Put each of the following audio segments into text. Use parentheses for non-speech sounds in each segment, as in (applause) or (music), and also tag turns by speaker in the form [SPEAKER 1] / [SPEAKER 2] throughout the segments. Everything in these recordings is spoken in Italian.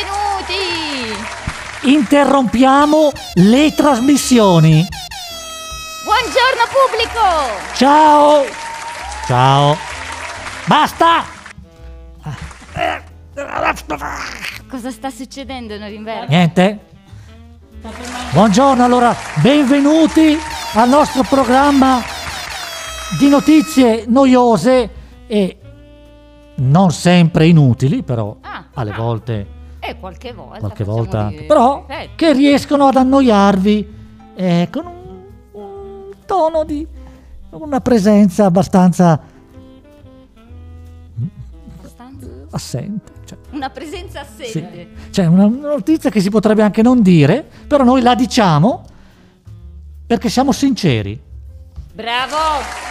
[SPEAKER 1] benvenuti!
[SPEAKER 2] Interrompiamo le trasmissioni.
[SPEAKER 1] Buongiorno pubblico!
[SPEAKER 2] Ciao. Ciao. Basta.
[SPEAKER 1] Cosa sta succedendo, Norimberto?
[SPEAKER 2] Niente. Buongiorno, allora, benvenuti al nostro programma di notizie noiose e non sempre inutili, però
[SPEAKER 1] Ah,
[SPEAKER 2] alle
[SPEAKER 1] ah.
[SPEAKER 2] volte,
[SPEAKER 1] Eh, qualche volta.
[SPEAKER 2] qualche
[SPEAKER 1] facciamo
[SPEAKER 2] volta,
[SPEAKER 1] di-
[SPEAKER 2] però
[SPEAKER 1] Eh,
[SPEAKER 2] che riescono ad annoiarvi eh, con un, un tono di una presenza abbastanza
[SPEAKER 1] abbastanza.
[SPEAKER 2] assente. Cioè,
[SPEAKER 1] Una presenza assente.
[SPEAKER 2] Sì. Cioè, una una notizia che si potrebbe anche non dire, però noi la diciamo perché siamo sinceri.
[SPEAKER 1] Bravo!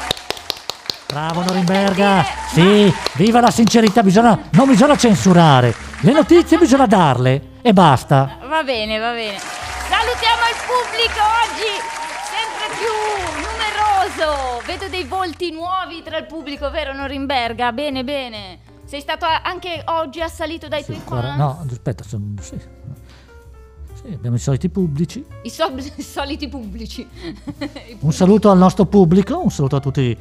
[SPEAKER 2] Bravo Norimberga! Sì, viva la sincerità, bisogna- non bisogna censurare. Le notizie bisogna darle e basta.
[SPEAKER 1] Va bene, va bene. Salutiamo il pubblico oggi, sempre più numeroso. Vedo dei volti nuovi tra il pubblico, vero Norimberga? Bene, bene. Sei stato a- anche oggi assalito dai
[SPEAKER 2] Sì,
[SPEAKER 1] tuoi
[SPEAKER 2] guarda,
[SPEAKER 1] fan?
[SPEAKER 2] no, aspetta, sono- sì. Sì, abbiamo i soliti pubblici.
[SPEAKER 1] I, sol- (laughs) i soliti pubblici. (laughs)
[SPEAKER 2] Un saluto al nostro pubblico, un saluto a tutti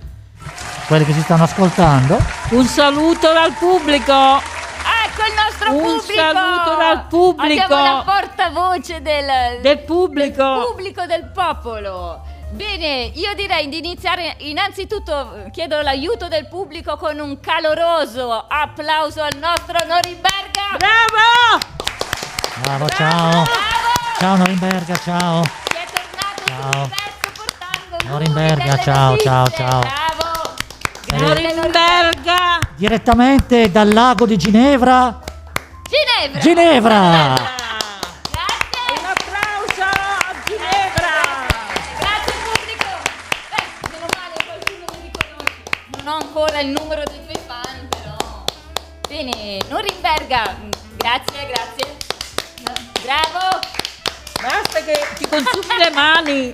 [SPEAKER 2] quelli che ci stanno ascoltando.
[SPEAKER 3] Un saluto dal pubblico.
[SPEAKER 1] Ecco il nostro
[SPEAKER 3] Un
[SPEAKER 1] pubblico!
[SPEAKER 3] saluto dal pubblico.
[SPEAKER 1] Abbiamo la portavoce del,
[SPEAKER 3] Del pubblico.
[SPEAKER 1] pubblico del popolo. Bene, io direi di iniziare innanzitutto eh, chiedo l'aiuto del pubblico con un caloroso applauso al nostro Norimberga.
[SPEAKER 3] Bravo!
[SPEAKER 2] Bravo, ciao.
[SPEAKER 1] Bravo!
[SPEAKER 2] Ciao Norimberga, ciao.
[SPEAKER 1] Che è tornato
[SPEAKER 2] Ciao.
[SPEAKER 1] sul pezzo portando il
[SPEAKER 2] Norimberga,
[SPEAKER 1] groove delle
[SPEAKER 2] ciao,
[SPEAKER 1] notizie.
[SPEAKER 2] ciao, ciao.
[SPEAKER 1] Bravo. Grande Norimberga.
[SPEAKER 3] Norimberga.
[SPEAKER 2] Direttamente dal lago di Ginevra,
[SPEAKER 1] Ginevra.
[SPEAKER 2] Ginevra.
[SPEAKER 3] Un
[SPEAKER 1] Grazie.
[SPEAKER 3] applauso a Ginevra.
[SPEAKER 1] Grazie pubblico. Beh, meno male qualcuno mi riconosce. Non ho ancora il numero dei tuoi fan, però. Bene, Norimberga, grazie, grazie. Bravo. (laughs)
[SPEAKER 3] Basta che ti consumi le mani.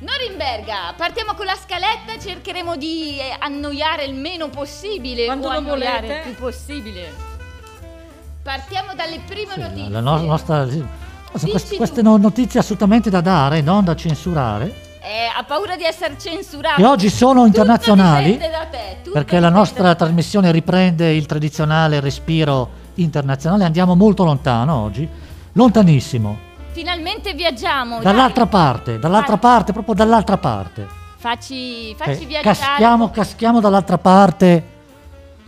[SPEAKER 1] Norimberga, partiamo con la scaletta, cercheremo di eh, annoiare il meno possibile
[SPEAKER 3] Quando
[SPEAKER 1] o
[SPEAKER 3] lo
[SPEAKER 1] annoiare
[SPEAKER 3] volete.
[SPEAKER 1] il più possibile. Partiamo dalle prime notizie.
[SPEAKER 2] La no- nostra-
[SPEAKER 1] Dici
[SPEAKER 2] queste,
[SPEAKER 1] tu.
[SPEAKER 2] queste no- notizie assolutamente da dare, non da censurare.
[SPEAKER 1] Eh, ha paura di essere censurato.
[SPEAKER 2] E oggi sono
[SPEAKER 1] Tutto
[SPEAKER 2] internazionali.
[SPEAKER 1] dipende Ah, da te, tutto
[SPEAKER 2] perché la
[SPEAKER 1] dipende
[SPEAKER 2] nostra
[SPEAKER 1] da te.
[SPEAKER 2] trasmissione riprende il tradizionale respiro internazionale, andiamo molto lontano oggi, lontanissimo,
[SPEAKER 1] Finalmente viaggiamo. dai.
[SPEAKER 2] dall'altra parte, dall'altra
[SPEAKER 1] Vai.
[SPEAKER 2] parte, proprio dall'altra parte.
[SPEAKER 1] Facci, facci
[SPEAKER 2] Eh,
[SPEAKER 1] viaggiare.
[SPEAKER 2] caschiamo, caschiamo dall'altra parte.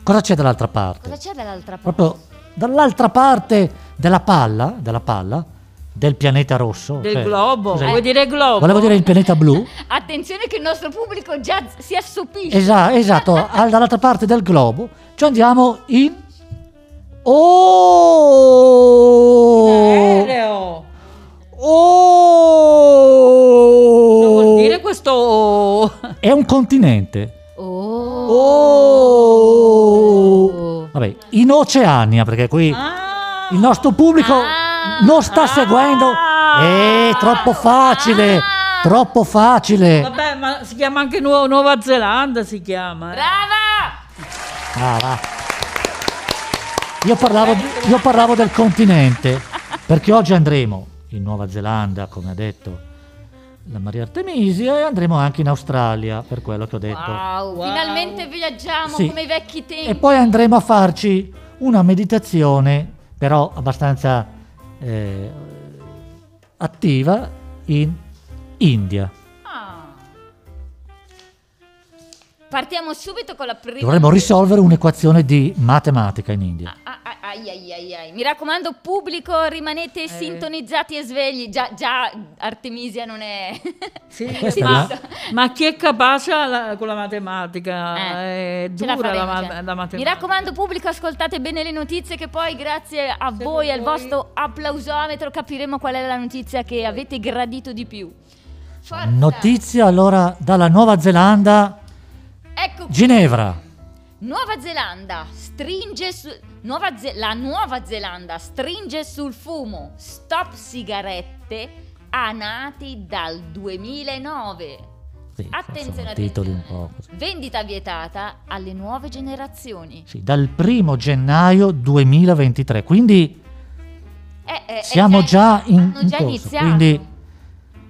[SPEAKER 2] Cosa c'è dall'altra parte?
[SPEAKER 1] Cosa c'è dall'altra parte?
[SPEAKER 2] Proprio dall'altra parte della palla, della palla, del pianeta rosso.
[SPEAKER 3] Del
[SPEAKER 2] cioè-
[SPEAKER 3] globo.
[SPEAKER 2] Scusa,
[SPEAKER 3] Vuoi dire globo?
[SPEAKER 2] Volevo dire il pianeta
[SPEAKER 3] (laughs)
[SPEAKER 2] blu.
[SPEAKER 1] Attenzione che il nostro pubblico già si assopisce.
[SPEAKER 2] Esa- esatto, al- dall'altra parte del globo ci andiamo in... Oh!
[SPEAKER 3] Aereo.
[SPEAKER 2] Oh!
[SPEAKER 3] Cosa vuol dire questo? oh. O?
[SPEAKER 2] È un continente.
[SPEAKER 1] Oh.
[SPEAKER 2] Oh! Vabbè, in Oceania, perché qui
[SPEAKER 3] Ah.
[SPEAKER 2] il nostro pubblico
[SPEAKER 1] Ah.
[SPEAKER 2] non sta seguendo.
[SPEAKER 3] Ah.
[SPEAKER 2] È troppo facile,
[SPEAKER 1] Ah.
[SPEAKER 2] troppo facile.
[SPEAKER 3] Vabbè, ma si chiama anche Nuo- Nuova Zelanda, si chiama. eh.
[SPEAKER 1] Brava!
[SPEAKER 2] Ah, va. Io parlavo, di- io parlavo del continente, perché oggi andremo in Nuova Zelanda, come ha detto la Maria Artemisia, e andremo anche in Australia, per quello che ho detto.
[SPEAKER 1] Wow,
[SPEAKER 3] Wow.
[SPEAKER 1] finalmente viaggiamo
[SPEAKER 2] Sì.
[SPEAKER 1] come i vecchi tempi.
[SPEAKER 2] E poi andremo a farci una meditazione, però abbastanza eh, attiva, in India.
[SPEAKER 1] Ah. Partiamo subito con la prima.
[SPEAKER 2] Dovremmo risolvere un'equazione di matematica in India.
[SPEAKER 1] Ah, ah, ah, ai, ai, ai, ai. Mi raccomando, pubblico, rimanete
[SPEAKER 3] Eh.
[SPEAKER 1] sintonizzati e svegli. Già, già Artemisia non è. (laughs)
[SPEAKER 3] Sì,
[SPEAKER 2] questa
[SPEAKER 3] ma,
[SPEAKER 2] è
[SPEAKER 3] ma chi è capace alla- con la matematica?
[SPEAKER 1] Eh,
[SPEAKER 3] Ah, è
[SPEAKER 1] ce la
[SPEAKER 3] dura la,
[SPEAKER 1] faremo,
[SPEAKER 3] ma-
[SPEAKER 1] ce la-
[SPEAKER 3] la matematica.
[SPEAKER 1] Mi raccomando, pubblico, ascoltate bene le notizie. Che poi, grazie a voi, al
[SPEAKER 3] voi.
[SPEAKER 1] vostro applausometro, capiremo qual è la notizia che avete gradito di più. Ah, Forza!
[SPEAKER 2] Notizia allora dalla Nuova Zelanda,
[SPEAKER 1] Ecco
[SPEAKER 2] Ginevra.
[SPEAKER 1] Nuova Zelanda stringe su... Nuova Ze- la Nuova Zelanda stringe sul fumo. Stop sigarette a nati dal 2009.
[SPEAKER 2] Sì,
[SPEAKER 1] Attenzione,
[SPEAKER 2] insomma, titoli un
[SPEAKER 1] attenzione.
[SPEAKER 2] po' così.
[SPEAKER 1] Vendita vietata alle nuove generazioni.
[SPEAKER 2] Sì, dal primo gennaio 2023, quindi
[SPEAKER 1] Eh, eh, eh,
[SPEAKER 2] siamo già in,
[SPEAKER 1] hanno
[SPEAKER 2] in
[SPEAKER 1] già
[SPEAKER 2] corso,
[SPEAKER 1] iniziato.
[SPEAKER 2] Quindi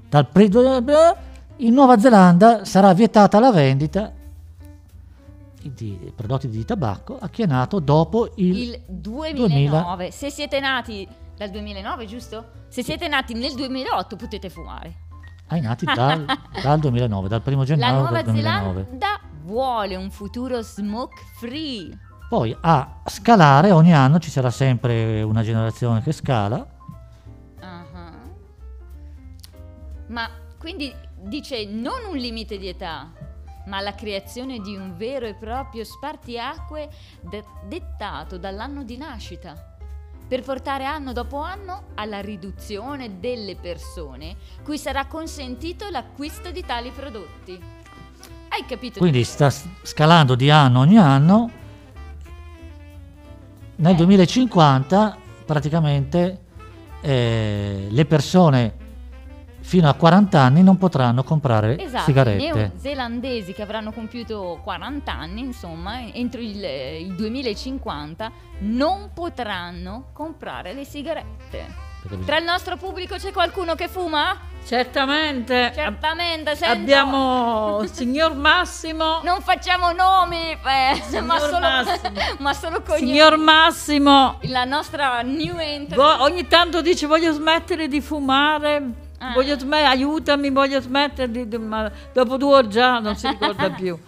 [SPEAKER 2] dal pre- in Nuova Zelanda sarà vietata la vendita di prodotti di tabacco a chi è nato dopo il,
[SPEAKER 1] il 2009.
[SPEAKER 2] 2000.
[SPEAKER 1] Se siete nati dal 2009, giusto? Se siete nati nel 2008 potete fumare.
[SPEAKER 2] ai nati
[SPEAKER 1] (laughs)
[SPEAKER 2] dal, dal 2009, dal primo
[SPEAKER 1] La
[SPEAKER 2] gennaio
[SPEAKER 1] Nuova
[SPEAKER 2] del 2009.
[SPEAKER 1] Zelanda vuole un futuro smoke free.
[SPEAKER 2] Poi a scalare ogni anno ci sarà sempre una generazione che scala.
[SPEAKER 1] Ah. Uh-huh. Ma quindi dice non un limite di età, ma la creazione di un vero e proprio spartiacque de- dettato dall'anno di nascita. Per portare anno dopo anno alla riduzione delle persone cui sarà consentito l'acquisto di tali prodotti. Hai capito?
[SPEAKER 2] Quindi sta s- scalando di anno ogni anno. Nel
[SPEAKER 1] Eh. 2050
[SPEAKER 2] 2050 praticamente eh, le persone fino a 40 anni non potranno comprare
[SPEAKER 1] Esatto, i
[SPEAKER 2] sigarette.
[SPEAKER 1] neozelandesi che avranno compiuto 40 anni, insomma, entro il, il 2050 non potranno comprare le sigarette.
[SPEAKER 2] Perché bisogna-
[SPEAKER 1] Tra il nostro pubblico c'è qualcuno che fuma?
[SPEAKER 3] Certamente.
[SPEAKER 1] Certamente,
[SPEAKER 3] ab-
[SPEAKER 1] sento-
[SPEAKER 3] Abbiamo il signor Massimo.
[SPEAKER 1] Non facciamo nomi, eh, ma,
[SPEAKER 3] Signor
[SPEAKER 1] solo,
[SPEAKER 3] Massimo.
[SPEAKER 1] (laughs) ma solo cognomi.
[SPEAKER 3] Signor Massimo.
[SPEAKER 1] La nostra new entry.
[SPEAKER 3] vo- ogni tanto dice voglio smettere di fumare.
[SPEAKER 1] Ah.
[SPEAKER 3] Voglio sm- aiutami, voglio smettere di, di- ma dopo due ore già non si
[SPEAKER 1] (laughs)
[SPEAKER 3] ricorda più.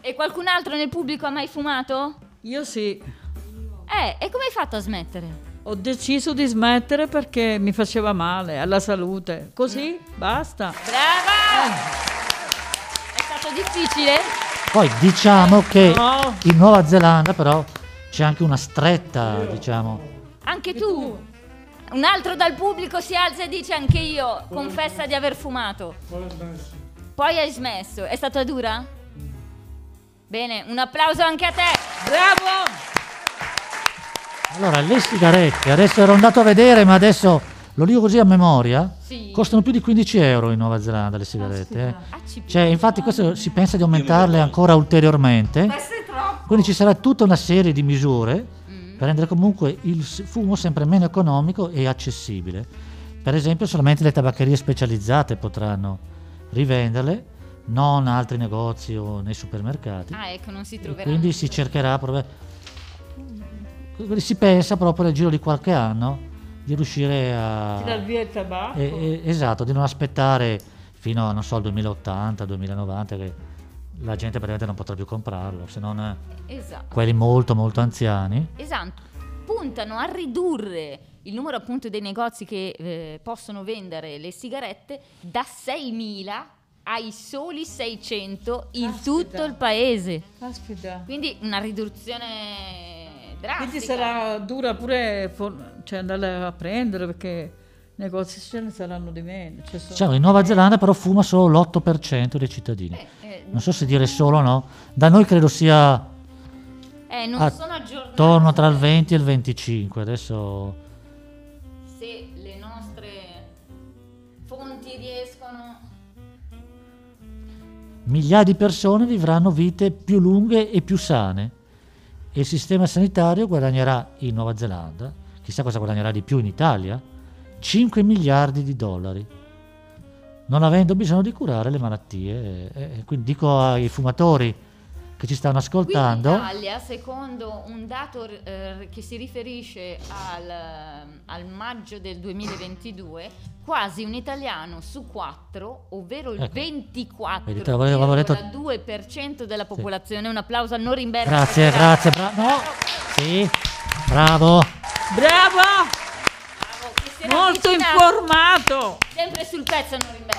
[SPEAKER 1] E qualcun altro nel pubblico ha mai fumato?
[SPEAKER 3] Io sì,
[SPEAKER 1] Eh, e come hai fatto a smettere?
[SPEAKER 3] ho deciso di smettere perché mi faceva male alla salute. Così basta.
[SPEAKER 1] Brava! Eh, È stato difficile?
[SPEAKER 2] Poi diciamo che
[SPEAKER 3] No.
[SPEAKER 2] in Nuova Zelanda però c'è anche una stretta, diciamo.
[SPEAKER 1] Anche tu. Un altro dal pubblico si alza e dice anche io, confessa di aver fumato. Poi hai smesso. È stata dura? Bene, un applauso anche a te.
[SPEAKER 3] Bravo!
[SPEAKER 2] Allora, le sigarette, adesso ero andato a vedere, ma adesso lo dico così a memoria,
[SPEAKER 1] Sì. Ah,
[SPEAKER 2] costano più di 15 euro in Nuova Zelanda le sigarette. eh. Cioè, infatti, questo si pensa di aumentarle ancora ulteriormente. Quindi ci sarà tutta una serie di misure
[SPEAKER 3] Mm.
[SPEAKER 2] per rendere comunque il s- fumo sempre meno economico e accessibile. Per esempio, solamente le tabaccherie specializzate potranno rivenderle, non altri negozi o nei supermercati.
[SPEAKER 1] Ah, ecco, non si
[SPEAKER 2] E
[SPEAKER 1] troverà.
[SPEAKER 2] quindi si cercherà proprio. Si pensa proprio nel giro di qualche anno di riuscire a.
[SPEAKER 3] Dal via il tabacco.
[SPEAKER 2] Eh, eh, esatto, di non aspettare fino a non so, al 2080, 2090 che la gente praticamente non potrà più comprarlo, se non eh,
[SPEAKER 1] Esatto.
[SPEAKER 2] quelli molto molto anziani.
[SPEAKER 1] Esatto. Puntano a ridurre il numero appunto dei negozi che eh, possono vendere le sigarette da 6.000 ai soli 600 in
[SPEAKER 3] Caspita.
[SPEAKER 1] tutto il paese.
[SPEAKER 3] Caspita.
[SPEAKER 1] Quindi una riduzione drastica.
[SPEAKER 3] Quindi sarà dura pure for- cioè, andare a prendere perché i negozi ce ne saranno di meno. Cioè, sono-
[SPEAKER 2] Diciamo, in Nuova Zelanda però fuma solo l'8% dei cittadini.
[SPEAKER 1] Eh, eh,
[SPEAKER 2] Non so se dire solo o no, da noi credo sia
[SPEAKER 1] eh, non
[SPEAKER 2] Ah,
[SPEAKER 1] sono aggiornati.
[SPEAKER 2] attorno tra il 20 e il 25, adesso
[SPEAKER 1] Se le nostre fonti riescono...
[SPEAKER 2] migliaia di persone vivranno vite più lunghe e più sane e il sistema sanitario guadagnerà in Nuova Zelanda, chissà cosa guadagnerà di più in Italia, 5 miliardi di dollari, non avendo bisogno di curare le malattie. Eh, eh, quindi dico ai fumatori che ci stanno
[SPEAKER 1] Qui in
[SPEAKER 2] ascoltando,
[SPEAKER 1] Italia, secondo un dato eh, che si riferisce al, al maggio del 2022, quasi un italiano su quattro, ovvero il
[SPEAKER 2] Ecco. Vedi, te l'avevo- l'avevo detto-
[SPEAKER 1] 24,2% della popolazione. Un applauso a Norimberga.
[SPEAKER 2] grazie, grazie, bra- no, sì, bravo,
[SPEAKER 3] Bravo!
[SPEAKER 1] Bravo, che si era
[SPEAKER 3] Molto
[SPEAKER 1] avvicinato.
[SPEAKER 3] informato!
[SPEAKER 1] Sempre sul pezzo Norimberga.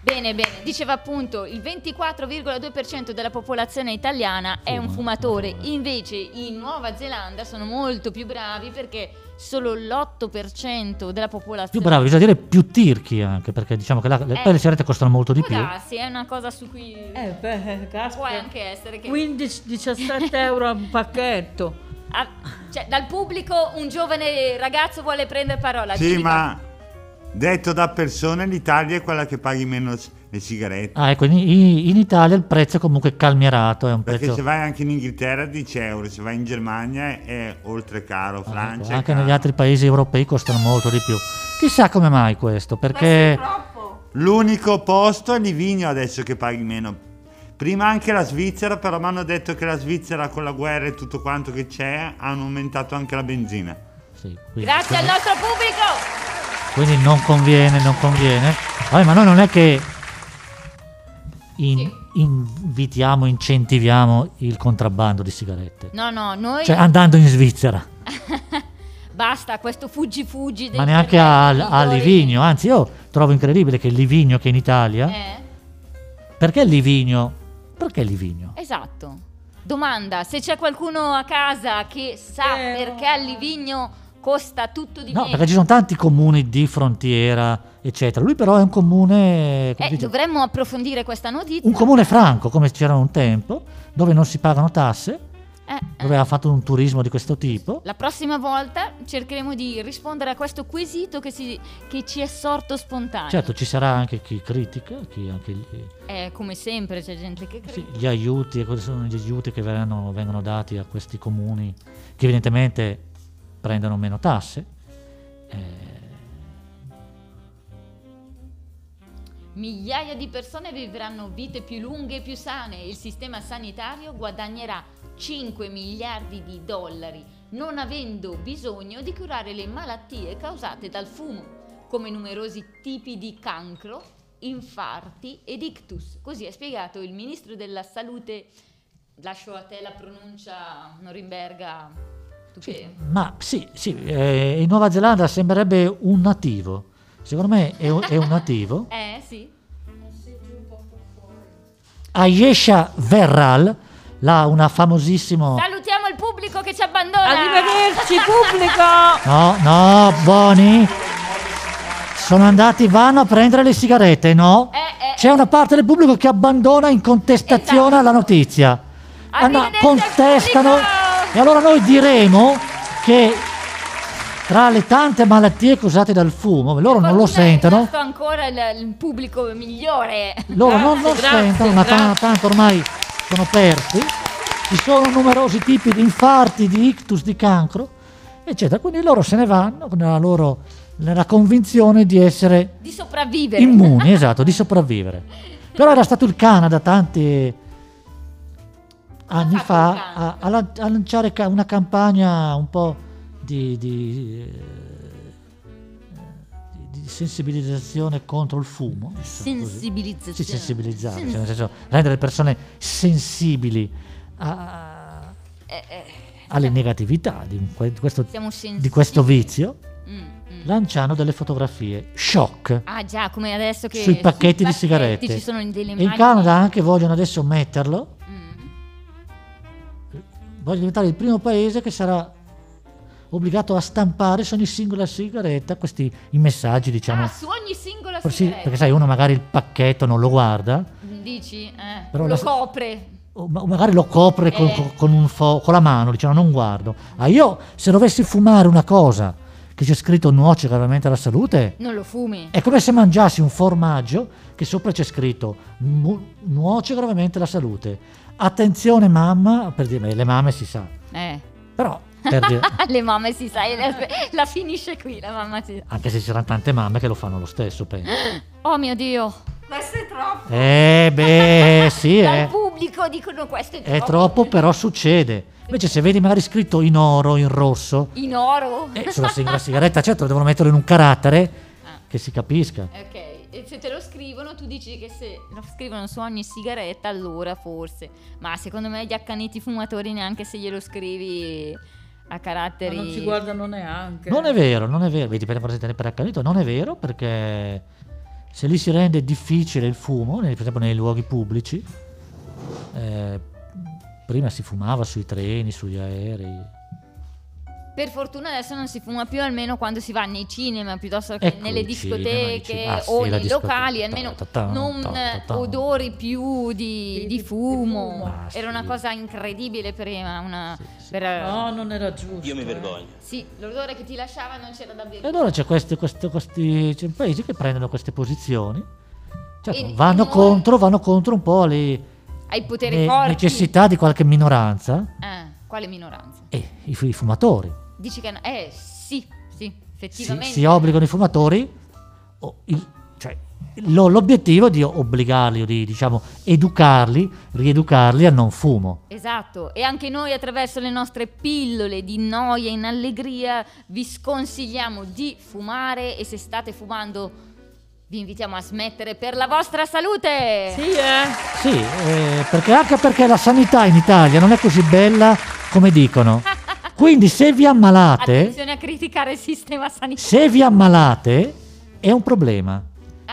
[SPEAKER 1] Bene, bene. Diceva appunto il 24,2% della popolazione italiana è un
[SPEAKER 2] Fuma,
[SPEAKER 1] fumatore.
[SPEAKER 2] fumatore.
[SPEAKER 1] Invece in Nuova Zelanda sono molto più bravi perché solo l'8% della popolazione
[SPEAKER 2] più bravo, bisogna dire più tirchi anche, perché diciamo che là, le,
[SPEAKER 1] Eh.
[SPEAKER 2] poi le sigarette costano molto di
[SPEAKER 1] Può
[SPEAKER 2] più.
[SPEAKER 1] darsi, è una cosa su cui
[SPEAKER 3] Eh, beh,
[SPEAKER 1] può
[SPEAKER 3] caspita.
[SPEAKER 1] anche essere che
[SPEAKER 3] 15-17 euro a un pacchetto.
[SPEAKER 1] Ah, cioè, dal pubblico un giovane ragazzo vuole prendere parola.
[SPEAKER 4] Sì,
[SPEAKER 1] Giudica.
[SPEAKER 4] ma detto da persona l'Italia è quella che paghi meno s- le sigarette.
[SPEAKER 2] Ah, ecco, in, in Italia il prezzo è comunque calmierato, è un
[SPEAKER 4] Perché
[SPEAKER 2] prezzo...
[SPEAKER 4] se vai anche in Inghilterra 10 euro, se vai in Germania è oltre caro,
[SPEAKER 2] Ah, ecco,
[SPEAKER 4] Francia è
[SPEAKER 2] anche
[SPEAKER 4] caro.
[SPEAKER 2] negli altri paesi europei costano molto di più. Chissà come mai questo, perché...
[SPEAKER 1] troppo.
[SPEAKER 4] L'unico posto è Livigno adesso che paghi meno. Prima anche la Svizzera, però mi hanno detto che la Svizzera con la guerra e tutto quanto che c'è hanno aumentato anche la benzina.
[SPEAKER 2] Sì, quindi-
[SPEAKER 1] Grazie al
[SPEAKER 2] quindi-
[SPEAKER 1] nostro pubblico.
[SPEAKER 2] Quindi non conviene, non conviene. Vabbè, ma noi non è che in- invitiamo, incentiviamo il contrabbando di sigarette.
[SPEAKER 1] No, no, noi
[SPEAKER 2] Cioè andando in Svizzera,
[SPEAKER 1] (laughs) basta questo fuggi fuggi.
[SPEAKER 2] ma neanche a, a Livigno. Anzi, io trovo incredibile che Livigno che in Italia...
[SPEAKER 1] Eh,
[SPEAKER 2] Perché Livigno? Perché Livigno?
[SPEAKER 1] esatto. Domanda, se c'è qualcuno a casa che sa
[SPEAKER 3] Eh,
[SPEAKER 1] perché a Livigno costa tutto di
[SPEAKER 2] No,
[SPEAKER 1] meno.
[SPEAKER 2] perché ci sono tanti comuni di frontiera, eccetera. Lui però è un comune...
[SPEAKER 1] Eh,
[SPEAKER 2] come dice-
[SPEAKER 1] dovremmo approfondire questa notizia.
[SPEAKER 2] un comune franco, come c'era un tempo, dove non si pagano tasse,
[SPEAKER 1] Eh, eh.
[SPEAKER 2] dove ha fatto un turismo di questo tipo.
[SPEAKER 1] La prossima volta cercheremo di rispondere a questo quesito che, si- che ci è sorto spontaneo.
[SPEAKER 2] Certo, ci sarà anche chi critica, chi anche gli,
[SPEAKER 1] Eh, come sempre c'è gente che crede.
[SPEAKER 2] sì, gli aiuti, e quali sono gli aiuti che verranno- vengono dati a questi comuni che evidentemente prendono meno tasse. Eh,
[SPEAKER 1] Migliaia di persone vivranno vite più lunghe e più sane. Il sistema sanitario guadagnerà 5 miliardi di dollari, non avendo bisogno di curare le malattie causate dal fumo, come numerosi tipi di cancro, infarti ed ictus. Così ha spiegato il ministro della salute. Lascio a te la pronuncia Norimberga. Tu che-
[SPEAKER 2] Ma sì, sì, eh, in Nuova Zelanda sembrerebbe un nativo. Secondo me è, un- è un nativo.
[SPEAKER 1] Eh sì.
[SPEAKER 2] Ayesha Verral, là una famosissima...
[SPEAKER 1] Salutiamo il pubblico che ci abbandona.
[SPEAKER 3] Arrivederci pubblico!
[SPEAKER 2] No, no, Boni. Sono andati, vanno a prendere le sigarette, no?
[SPEAKER 1] Eh, eh.
[SPEAKER 2] C'è una parte del pubblico che abbandona in contestazione
[SPEAKER 1] Esatto.
[SPEAKER 2] alla notizia. Hanno-
[SPEAKER 1] Arrivederci al
[SPEAKER 2] contestano.
[SPEAKER 1] pubblico.
[SPEAKER 2] E allora noi diremo che tra le tante malattie causate dal fumo, loro Oh, non
[SPEAKER 1] Fortuna
[SPEAKER 2] lo
[SPEAKER 1] è
[SPEAKER 2] sentono,
[SPEAKER 1] rimasto ancora il, il pubblico migliore.
[SPEAKER 2] loro non lo
[SPEAKER 3] Grazie, grazie,
[SPEAKER 2] sentono, ma ta-
[SPEAKER 3] grazie.
[SPEAKER 2] tanto ormai sono persi. Ci sono numerosi tipi di infarti, di ictus, di cancro, eccetera. Quindi loro se ne vanno nella loro nella convinzione di essere
[SPEAKER 1] Di sopravvivere. (laughs)
[SPEAKER 2] immuni, esatto, di sopravvivere. Però era stato il Canada tanti
[SPEAKER 1] fatto
[SPEAKER 2] anni
[SPEAKER 1] il
[SPEAKER 2] fa
[SPEAKER 1] Canada?
[SPEAKER 2] a, a lan- a lanciare ca- una campagna un po' di, di, eh, di sensibilizzazione contro il fumo. diciamo così.
[SPEAKER 1] Sensibilizzazione.
[SPEAKER 2] Sì, sensibilizzare,
[SPEAKER 1] Sen-
[SPEAKER 2] cioè, nel senso rendere le persone sensibili a-
[SPEAKER 1] eh, eh,
[SPEAKER 2] alle negatività di, un- di questo,
[SPEAKER 1] siamo
[SPEAKER 2] di questo
[SPEAKER 1] sensibili.
[SPEAKER 2] vizio,
[SPEAKER 1] Mm, mm.
[SPEAKER 2] lanciando delle fotografie shock
[SPEAKER 1] Ah già, come adesso che
[SPEAKER 2] sui pacchetti di
[SPEAKER 1] pacchetti
[SPEAKER 2] sigarette.
[SPEAKER 1] ci sono delle
[SPEAKER 2] E in
[SPEAKER 1] immagini.
[SPEAKER 2] Canada anche vogliono adesso metterlo,
[SPEAKER 1] Mm.
[SPEAKER 2] vogliono diventare il primo paese che sarà obbligato a stampare su ogni singola sigaretta questi i messaggi, diciamo.
[SPEAKER 1] Ah, su ogni singola
[SPEAKER 2] Sì,
[SPEAKER 1] sigaretta.
[SPEAKER 2] perché sai, uno magari il pacchetto non lo guarda,
[SPEAKER 1] Dici, eh,
[SPEAKER 2] Però
[SPEAKER 1] lo
[SPEAKER 2] la-
[SPEAKER 1] copre.
[SPEAKER 2] o ma- o magari lo copre con,
[SPEAKER 1] Eh.
[SPEAKER 2] con- con un fo- con la mano, dicendo non guardo. Ah, io se dovessi fumare una cosa che c'è scritto nuoce gravemente alla salute,
[SPEAKER 1] Non lo fumi.
[SPEAKER 2] è come se mangiassi un formaggio che sopra c'è scritto "Mu- nuoce gravemente alla salute. Attenzione mamma, per dire, beh, le mamme si sa,
[SPEAKER 1] Eh. (laughs)
[SPEAKER 2] però per dire-
[SPEAKER 1] le mamme si sa, eh, la, la finisce qui, la mamma si
[SPEAKER 2] anche se ci saranno tante mamme che lo fanno lo stesso, penso.
[SPEAKER 1] Oh mio Dio.
[SPEAKER 2] Eh
[SPEAKER 1] (laughs)
[SPEAKER 2] beh, sì,
[SPEAKER 1] Dal
[SPEAKER 2] eh.
[SPEAKER 1] pubblico dicono questo è troppo.
[SPEAKER 2] è troppo però succede. Invece se vedi magari scritto in oro, in rosso,
[SPEAKER 1] In oro?
[SPEAKER 2] Eh,
[SPEAKER 1] (laughs)
[SPEAKER 2] sulla sig- la sigaretta, certo, lo devono mettere in un carattere che si capisca.
[SPEAKER 1] Ok, e se te lo scrivono tu dici che se lo scrivono su ogni sigaretta allora forse, ma secondo me gli accaniti fumatori neanche se glielo scrivi a
[SPEAKER 3] Ma
[SPEAKER 1] caratteri...
[SPEAKER 3] non ci guardano neanche.
[SPEAKER 2] Non è vero, non è vero. Vedi, per, per, per accanito, non è vero perché se lì si rende difficile il fumo, nei- per esempio nei luoghi pubblici, eh, prima si fumava sui treni, sugli aerei.
[SPEAKER 1] Per fortuna adesso non si fuma più almeno quando si va nei cinema piuttosto che
[SPEAKER 2] Ecco,
[SPEAKER 1] nelle
[SPEAKER 2] i cinema, i
[SPEAKER 1] discoteche
[SPEAKER 2] cinema. Ah, sì,
[SPEAKER 1] o
[SPEAKER 2] la
[SPEAKER 1] nei
[SPEAKER 2] discoteca.
[SPEAKER 1] locali, almeno
[SPEAKER 2] Ta, ta, ta,
[SPEAKER 1] non
[SPEAKER 2] ta, ta.
[SPEAKER 1] odori più di,
[SPEAKER 3] Di-
[SPEAKER 1] di
[SPEAKER 3] di
[SPEAKER 1] fumo.
[SPEAKER 3] fumo.
[SPEAKER 2] Ah,
[SPEAKER 1] Era
[SPEAKER 2] sì.
[SPEAKER 1] una cosa incredibile prima, una...
[SPEAKER 2] Sì, sì.
[SPEAKER 1] per-
[SPEAKER 3] No, non era giusto.
[SPEAKER 5] Io mi
[SPEAKER 3] eh.
[SPEAKER 5] vergogno.
[SPEAKER 1] sì, l'odore che ti
[SPEAKER 2] Eh,
[SPEAKER 1] lasciava non c'era da bere.
[SPEAKER 2] E allora c'è questi, questi, questi c'è paesi che prendono queste posizioni Certo,
[SPEAKER 1] E-
[SPEAKER 2] vanno
[SPEAKER 1] e noi-
[SPEAKER 2] contro, vanno contro un po' le,
[SPEAKER 1] Ai poteri
[SPEAKER 2] le
[SPEAKER 1] forti.
[SPEAKER 2] necessità di qualche minoranza
[SPEAKER 1] Eh, quale minoranza?
[SPEAKER 2] e i, fu- i fumatori.
[SPEAKER 1] Dici che... no- Eh, sì, sì,
[SPEAKER 2] Si,
[SPEAKER 1] effettivamente.
[SPEAKER 2] si obbligano i fumatori, o il- cioè, lo- l'obiettivo è di obbligarli, o di diciamo, educarli, rieducarli al non fumo.
[SPEAKER 1] Esatto, e anche noi attraverso le nostre pillole di noia in allegria vi sconsigliamo di fumare e se state fumando vi invitiamo a smettere per la vostra salute.
[SPEAKER 3] Sì, eh.
[SPEAKER 2] Sì, eh, perché anche perché la sanità in Italia non è così bella come (laughs) dicono. Quindi se vi ammalate,
[SPEAKER 1] Attenzione a criticare il sistema sanitario.
[SPEAKER 2] se vi ammalate è un problema.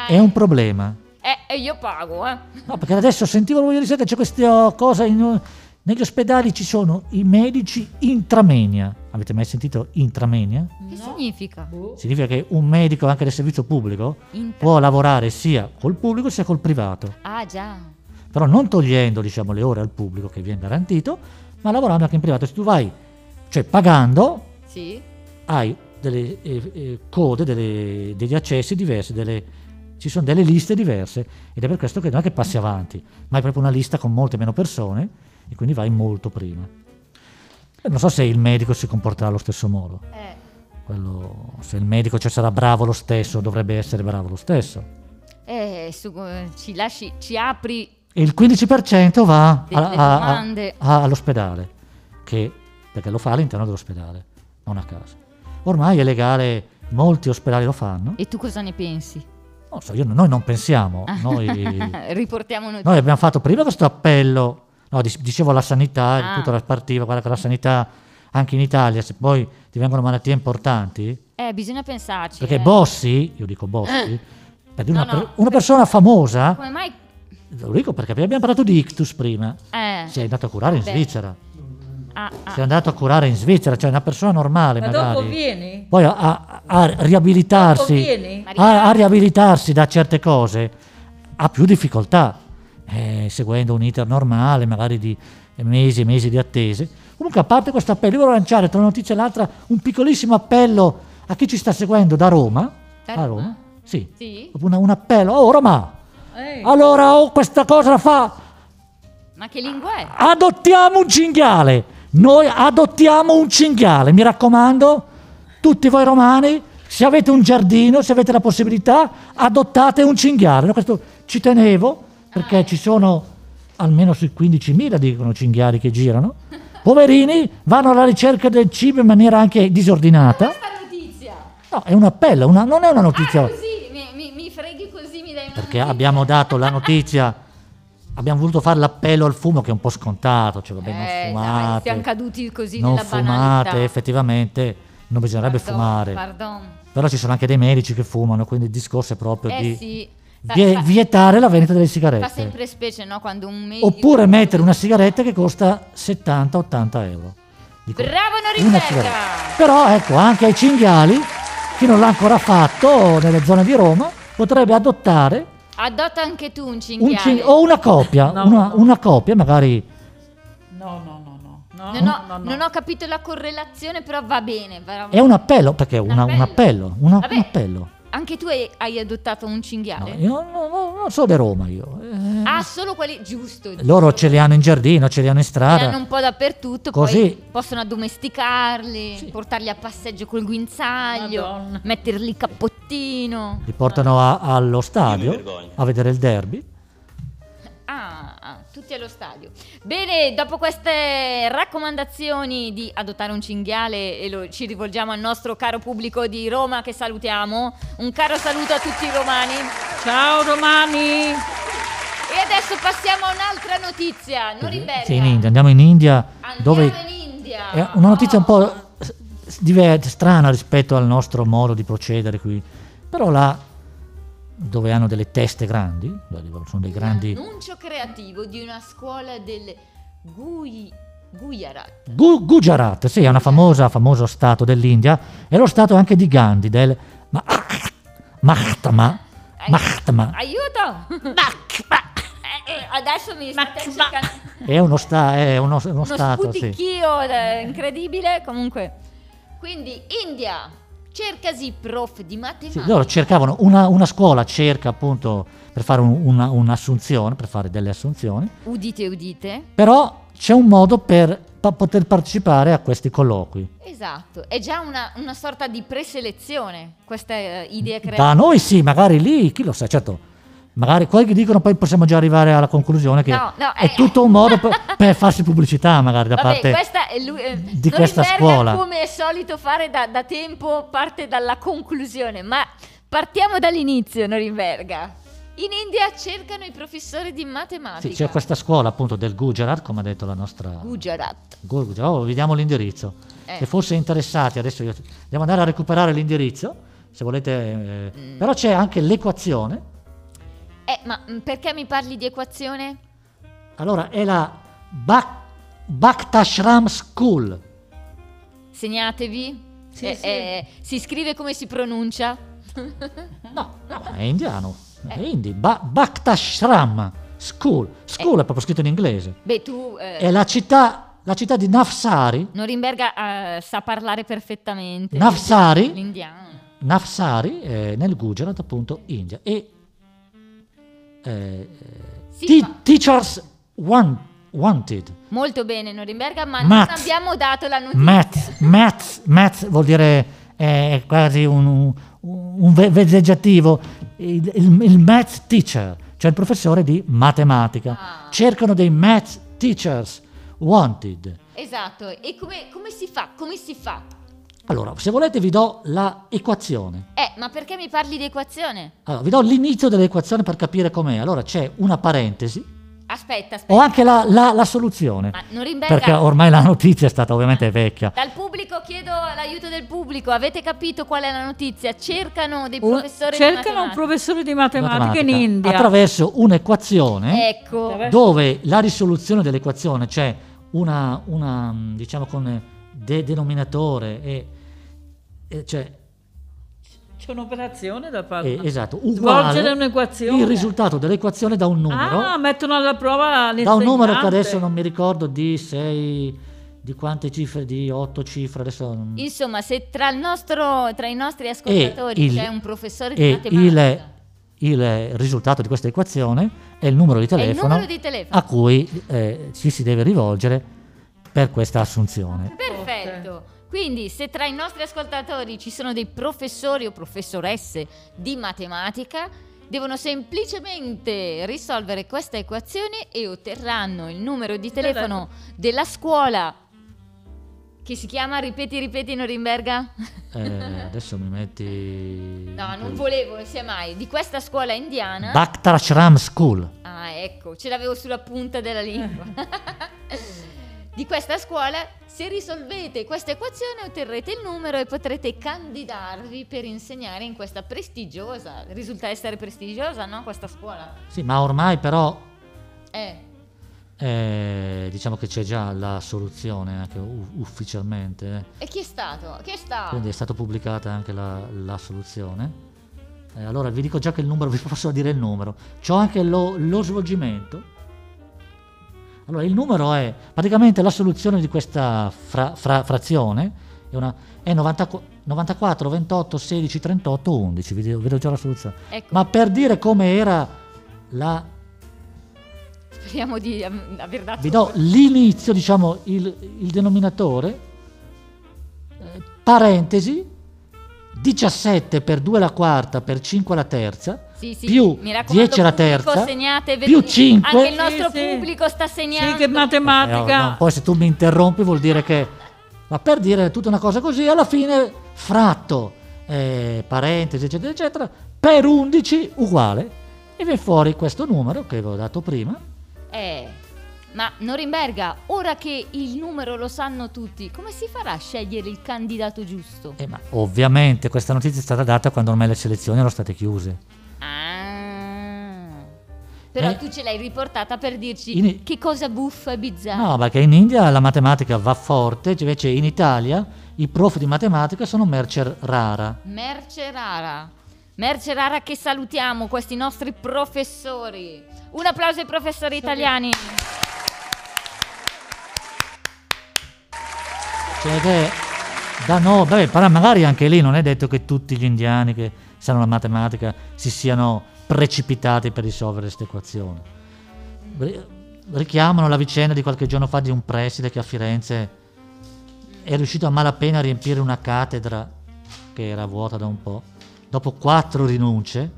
[SPEAKER 2] È un problema.
[SPEAKER 1] Eh, eh, io pago, eh.
[SPEAKER 2] No, perché adesso sentivo voi ieri sera c'è questa cosa in- negli ospedali ci sono i medici intramenia. Avete mai sentito intramenia?
[SPEAKER 1] Che
[SPEAKER 3] No.
[SPEAKER 1] significa?
[SPEAKER 3] Boh.
[SPEAKER 2] Significa che un medico anche del servizio pubblico
[SPEAKER 1] Inter-
[SPEAKER 2] può lavorare sia col pubblico sia col privato.
[SPEAKER 1] Ah già.
[SPEAKER 2] però non togliendo diciamo, le ore al pubblico che viene garantito, ma lavorando anche in privato. Se tu vai, cioè pagando,
[SPEAKER 1] Sì.
[SPEAKER 2] hai delle eh, eh, code, delle- degli accessi diversi, delle- ci sono delle liste diverse ed è per questo che non è che passi avanti, ma è proprio una lista con molte meno persone e quindi vai molto prima. E non so se il medico si comporterà allo stesso modo,
[SPEAKER 1] Eh,
[SPEAKER 2] Quello- se il medico cioè, sarà bravo lo stesso, dovrebbe essere bravo lo stesso.
[SPEAKER 1] eh, su- ci lasci, ci apri
[SPEAKER 2] E il 15% va
[SPEAKER 1] Delle
[SPEAKER 2] a- a- a-
[SPEAKER 1] domande.
[SPEAKER 2] a- all'ospedale, che, perché lo fa all'interno dell'ospedale, non a casa. Ormai è legale, molti ospedali lo fanno.
[SPEAKER 1] e Ah. tu cosa ne pensi?
[SPEAKER 2] Non so, io- noi non pensiamo,
[SPEAKER 1] (laughs)
[SPEAKER 2] noi,
[SPEAKER 1] Riportiamo notizie.
[SPEAKER 2] noi abbiamo fatto prima questo appello, no, dic- dicevo la
[SPEAKER 1] Ah.
[SPEAKER 2] sanità, tutta la partiva, guarda che la sanità anche in Italia, se poi ti vengono malattie importanti,
[SPEAKER 1] Eh, bisogna pensarci.
[SPEAKER 2] perché boh.
[SPEAKER 1] eh.
[SPEAKER 2] Bossi, io dico Bossi, per dire
[SPEAKER 1] No,
[SPEAKER 2] una, per-
[SPEAKER 1] no.
[SPEAKER 2] una persona famosa,
[SPEAKER 1] Come mai...
[SPEAKER 2] lo dico perché abbiamo parlato di ictus prima,
[SPEAKER 1] Eh.
[SPEAKER 2] si è andato a curare in
[SPEAKER 1] Beh.
[SPEAKER 2] Svizzera.
[SPEAKER 1] Ah, ah.
[SPEAKER 2] Si è andato a curare in Svizzera, cioè una persona normale
[SPEAKER 3] Ma
[SPEAKER 2] magari. Ah,
[SPEAKER 3] dopo vieni?
[SPEAKER 2] Poi a, a- a
[SPEAKER 3] Dopo
[SPEAKER 2] riabilitarsi,
[SPEAKER 3] vieni?
[SPEAKER 2] a, a riabilitarsi da certe cose ha più difficoltà, eh, seguendo un iter normale, magari di mesi e mesi di attese. Comunque, a parte questo appello, io volevo lanciare tra una notizia e l'altra un piccolissimo appello a chi ci sta seguendo da Roma.
[SPEAKER 1] Da
[SPEAKER 2] a
[SPEAKER 1] Roma?
[SPEAKER 2] Roma? Sì.
[SPEAKER 1] Sì?
[SPEAKER 2] Un, un appello, oh Roma!
[SPEAKER 3] Eh.
[SPEAKER 2] Allora, oh, questa cosa la fa,
[SPEAKER 1] Ma che lingua è?
[SPEAKER 2] adottiamo un cinghiale. Noi adottiamo un cinghiale, mi raccomando, tutti voi romani, se avete un giardino, se avete la possibilità, adottate un cinghiale. No, questo ci tenevo perché ci sono almeno sui 15.000 dicono cinghiali che girano. Poverini, vanno alla ricerca del cibo in maniera anche disordinata.
[SPEAKER 1] Questa notizia!
[SPEAKER 2] No, è un appello, una- non è una
[SPEAKER 1] Ah,
[SPEAKER 2] notizia
[SPEAKER 1] così, mi, mi- mi freghi così, mi dai una
[SPEAKER 2] perché
[SPEAKER 1] notizia.
[SPEAKER 2] abbiamo dato la notizia, abbiamo voluto fare l'appello al fumo che è un po' scontato, cioè vabbè non
[SPEAKER 1] Eh, dai,
[SPEAKER 2] fumate,
[SPEAKER 1] siamo caduti così
[SPEAKER 2] non
[SPEAKER 1] nella
[SPEAKER 2] fumate,
[SPEAKER 1] banalità.
[SPEAKER 2] effettivamente non bisognerebbe
[SPEAKER 1] Pardon,
[SPEAKER 2] fumare,
[SPEAKER 1] Pardon.
[SPEAKER 2] però ci sono anche dei medici che fumano, quindi il discorso è proprio
[SPEAKER 1] Eh
[SPEAKER 2] di
[SPEAKER 1] sì. Sa-
[SPEAKER 2] vie-
[SPEAKER 1] fa-
[SPEAKER 2] vietare la vendita delle
[SPEAKER 1] Fa
[SPEAKER 2] sigarette,
[SPEAKER 1] sempre specie, no? Quando un medico...
[SPEAKER 2] oppure mettere una sigaretta che costa 70-80 euro. Dico,
[SPEAKER 1] Bravo
[SPEAKER 2] una
[SPEAKER 1] Norimberga!
[SPEAKER 2] sigaretta. Però ecco, anche ai cinghiali, chi non l'ha ancora fatto nelle zone di Roma, potrebbe adottare
[SPEAKER 1] Adotta anche tu un cinghiale.
[SPEAKER 2] un cin- o una coppia,
[SPEAKER 3] No,
[SPEAKER 2] una,
[SPEAKER 3] no.
[SPEAKER 2] una coppia magari.
[SPEAKER 3] No, no, no, no. No,
[SPEAKER 1] Non ho,
[SPEAKER 3] no, no.
[SPEAKER 1] non ho capito la correlazione, però va bene. va-
[SPEAKER 2] È un appello, perché è una-
[SPEAKER 1] appello.
[SPEAKER 2] un appello. una-
[SPEAKER 1] Vabbè.
[SPEAKER 2] un appello.
[SPEAKER 1] Anche tu hai, hai adottato un
[SPEAKER 2] No,
[SPEAKER 1] cinghiale?
[SPEAKER 2] io non, non- non so di Roma io. Eh,
[SPEAKER 1] Ah, solo quelli... Giusto.
[SPEAKER 2] loro ce li hanno in giardino, ce li hanno in
[SPEAKER 1] Li hanno
[SPEAKER 2] strada.
[SPEAKER 1] un po' dappertutto,
[SPEAKER 2] Ah, Così.
[SPEAKER 1] poi possono addomesticarli, portarli a passeggio col guinzaglio,
[SPEAKER 3] Madonna.
[SPEAKER 1] metterli cappottino.
[SPEAKER 2] Li portano a- allo stadio
[SPEAKER 5] vergogno.
[SPEAKER 2] a vedere il derby.
[SPEAKER 1] Ah, ah, tutti allo stadio. Bene, dopo queste raccomandazioni di adottare un cinghiale e lo- ci rivolgiamo al nostro caro pubblico di Roma che salutiamo. Un caro saluto a tutti i romani.
[SPEAKER 3] Ciao Romani!
[SPEAKER 1] E adesso passiamo a un'altra notizia, Norimberga.
[SPEAKER 2] Sì, in India. Andiamo in India
[SPEAKER 1] Andiamo
[SPEAKER 2] dove
[SPEAKER 1] in India.
[SPEAKER 2] è una notizia un
[SPEAKER 1] Oh.
[SPEAKER 2] po' s- s- diver- strana rispetto al nostro modo di procedere qui. Però là dove hanno delle teste grandi, dove sono dei grandi...
[SPEAKER 1] Annuncio creativo di una scuola del Gui... Gujarat.
[SPEAKER 2] Gu- Gujarat, sì, è una famosa, famoso stato dell'India, è lo stato anche di Gandhi, del Ma- Mahatma,
[SPEAKER 1] Eh.
[SPEAKER 2] Mahatma,
[SPEAKER 1] Aiuto! (laughs) Eh, eh, Adesso mi state cercando
[SPEAKER 2] è uno, sta- è uno- uno
[SPEAKER 1] uno
[SPEAKER 2] stato, sì.
[SPEAKER 1] sputichio eh, incredibile. Comunque, quindi India, Cercasi prof di matematica.
[SPEAKER 2] Sì, loro cercavano una, una scuola, cerca appunto per fare un- una- un'assunzione, per fare delle assunzioni,
[SPEAKER 1] Udite, udite.
[SPEAKER 2] però c'è un modo per pa- poter partecipare a questi colloqui.
[SPEAKER 1] Esatto, è già una, una sorta di preselezione questa eh, idea
[SPEAKER 2] Da
[SPEAKER 1] creativa.
[SPEAKER 2] noi sì, magari lì, chi lo sa, certo, magari quelli dicono poi possiamo già arrivare alla conclusione che
[SPEAKER 1] No, no,
[SPEAKER 2] è
[SPEAKER 1] eh.
[SPEAKER 2] tutto un modo per, per farsi pubblicità magari da
[SPEAKER 1] Vabbè,
[SPEAKER 2] parte...
[SPEAKER 1] questa è lui, eh,
[SPEAKER 2] di
[SPEAKER 1] Norimberga,
[SPEAKER 2] questa scuola.
[SPEAKER 1] come è solito fare da, da tempo, parte dalla conclusione, ma partiamo dall'inizio, Norimberga. In India cercano i professori di matematica.
[SPEAKER 2] Sì, c'è questa scuola appunto del Gujarat, come ha detto la nostra...
[SPEAKER 1] Gujarat.
[SPEAKER 2] Gu- Gujarat, oh, vediamo l'indirizzo.
[SPEAKER 1] eh.
[SPEAKER 2] Se fosse interessati, adesso io devo andare a recuperare l'indirizzo, se volete... eh,
[SPEAKER 1] Mm.
[SPEAKER 2] Però c'è anche l'equazione.
[SPEAKER 1] Eh, ma mm, perché mi parli di equazione?
[SPEAKER 2] Allora, è la Bak- Bhaktashram School.
[SPEAKER 1] Segnatevi. Eh,
[SPEAKER 3] Sì, sì.
[SPEAKER 1] si scrive come si pronuncia?
[SPEAKER 2] No, no, è indiano. È
[SPEAKER 1] Eh.
[SPEAKER 2] indi. Ba- Bhaktashram School. School è proprio scritto in inglese.
[SPEAKER 1] Beh, tu... eh,
[SPEAKER 2] È la città, la città di Nafsari.
[SPEAKER 1] Norimberga eh, sa parlare perfettamente.
[SPEAKER 2] Nafsari,
[SPEAKER 1] L'indiano.
[SPEAKER 2] Nafsari eh, nel Gujarat, appunto, India. E eh,
[SPEAKER 1] Sì,
[SPEAKER 2] ti-
[SPEAKER 1] ma-
[SPEAKER 2] Teachers want- Wanted.
[SPEAKER 1] Molto bene Norimberga, ma non
[SPEAKER 2] Maths.
[SPEAKER 1] abbiamo dato la notizia.
[SPEAKER 2] Maths, maths, maths vuol dire eh, è quasi un, un ve- vezzeggiativo. Il, il, il math teacher, cioè il professore di matematica.
[SPEAKER 1] Ah.
[SPEAKER 2] Cercano dei math teachers wanted.
[SPEAKER 1] Esatto, e come, come si fa? Come si fa?
[SPEAKER 2] Allora, se volete vi do la equazione.
[SPEAKER 1] Eh, ma perché mi parli di equazione?
[SPEAKER 2] Allora, vi do l'inizio dell'equazione per capire com'è. Allora c'è una parentesi
[SPEAKER 1] Aspetta, aspetta.
[SPEAKER 2] o anche la, la- la soluzione.
[SPEAKER 1] Ma Norimberga,
[SPEAKER 2] Perché ormai la notizia è stata ovviamente vecchia.
[SPEAKER 1] dal pubblico chiedo l'aiuto del pubblico. Avete capito qual è la notizia? Cercano dei
[SPEAKER 3] Un-
[SPEAKER 1] professori
[SPEAKER 3] cercano un
[SPEAKER 1] di matematica.
[SPEAKER 3] professore di matematica, in India.
[SPEAKER 2] Attraverso un'equazione.
[SPEAKER 1] Ecco.
[SPEAKER 3] Vabbè.
[SPEAKER 2] dove la risoluzione dell'equazione, cioè una, una, mh, diciamo con eh, de- denominatore e, e cioè,
[SPEAKER 3] C'è un'operazione da fare.
[SPEAKER 2] e- esatto,
[SPEAKER 3] Svolgere
[SPEAKER 2] uguale
[SPEAKER 3] un'equazione.
[SPEAKER 2] il risultato dell'equazione da un numero,
[SPEAKER 3] Ah, mettono alla prova
[SPEAKER 2] da un numero che
[SPEAKER 3] l'insegnante.
[SPEAKER 2] adesso non mi ricordo di 6, di quante cifre, di 8 cifre, adesso non-
[SPEAKER 1] Insomma, se tra, il nostro, tra i nostri
[SPEAKER 2] e
[SPEAKER 1] ascoltatori
[SPEAKER 2] il-
[SPEAKER 1] c'è un professore di
[SPEAKER 2] e
[SPEAKER 1] matematica.
[SPEAKER 2] il, il risultato di questa equazione è il numero di
[SPEAKER 1] È il
[SPEAKER 2] telefono
[SPEAKER 1] numero di telefono.
[SPEAKER 2] a cui eh, ci si deve rivolgere per questa assunzione.
[SPEAKER 1] Perfetto. Quindi, se tra i nostri ascoltatori ci sono dei professori o professoresse di matematica, devono semplicemente risolvere questa equazione e otterranno il numero di telefono della scuola che si chiama Ripeti, ripeti Norimberga.
[SPEAKER 2] Eh, adesso mi metti.
[SPEAKER 1] (laughs) No, non eh? volevo, non sia mai. Di questa scuola indiana.
[SPEAKER 2] Bhaktashram School.
[SPEAKER 1] Ah, ecco, ce l'avevo sulla punta della
[SPEAKER 2] (laughs)
[SPEAKER 1] lingua. Di questa scuola, se risolvete questa equazione otterrete il numero e potrete candidarvi per insegnare in questa prestigiosa, risulta essere prestigiosa, no? Questa scuola.
[SPEAKER 2] Sì, ma ormai però
[SPEAKER 1] Eh,
[SPEAKER 2] eh, diciamo che c'è già la soluzione anche u- ufficialmente. eh.
[SPEAKER 1] e chi è stato? Chi è stato?
[SPEAKER 2] Quindi è stata pubblicata anche la, la soluzione. Eh, allora vi dico già che il numero, (laughs) vi posso dire il numero. C'ho anche lo, lo svolgimento. Allora il numero è praticamente la soluzione di questa fra- fra- frazione. È, una, è 94, 94, 28, 16, 38, 11. Vi dico- vedo già la soluzione.
[SPEAKER 1] Ecco,
[SPEAKER 2] Ma per dire come era la...
[SPEAKER 1] speriamo di am- aver dato...
[SPEAKER 2] Vi do l'inizio, diciamo, il, il denominatore, eh, parentesi, 17 per 2 alla quarta per 5 alla terza,
[SPEAKER 1] Sì, sì,
[SPEAKER 2] più
[SPEAKER 1] mi raccomando,
[SPEAKER 2] 10 alla
[SPEAKER 1] pubblico,
[SPEAKER 2] terza,
[SPEAKER 1] segnate, vedi-
[SPEAKER 2] più 5.
[SPEAKER 1] Anche il nostro
[SPEAKER 3] Sì, sì.
[SPEAKER 1] pubblico sta
[SPEAKER 3] Sì,
[SPEAKER 1] segnando.
[SPEAKER 3] che matematica.
[SPEAKER 2] Eh, poi se tu mi interrompi vuol dire che... Ma per dire tutta una cosa così, alla fine fratto, eh, parentesi, eccetera, eccetera, per 11 uguale. E viene fuori questo numero che avevo dato prima.
[SPEAKER 1] Eh, ma Norimberga, ora che il numero lo sanno tutti, come si farà a scegliere il candidato giusto?
[SPEAKER 2] Eh, ma ovviamente questa notizia è stata data quando ormai le selezioni erano state chiuse.
[SPEAKER 1] Ah. Però
[SPEAKER 2] Eh.
[SPEAKER 1] tu ce l'hai riportata per dirci
[SPEAKER 2] In-
[SPEAKER 1] che cosa buffa e bizzarra.
[SPEAKER 2] No, perché in India la matematica va forte, invece in Italia i prof di matematica sono merce rara.
[SPEAKER 1] Merce rara. Merce rara che salutiamo questi nostri professori. Un applauso ai professori italiani.
[SPEAKER 2] Cioè, ed è Da no, beh, però magari anche lì non è detto che tutti gli indiani che sanno la matematica si siano precipitati per risolvere questa equazione. Ri- Richiamano la vicenda di qualche giorno fa di un preside che a Firenze è riuscito a malapena a riempire una cattedra che era vuota da un po', dopo quattro rinunce.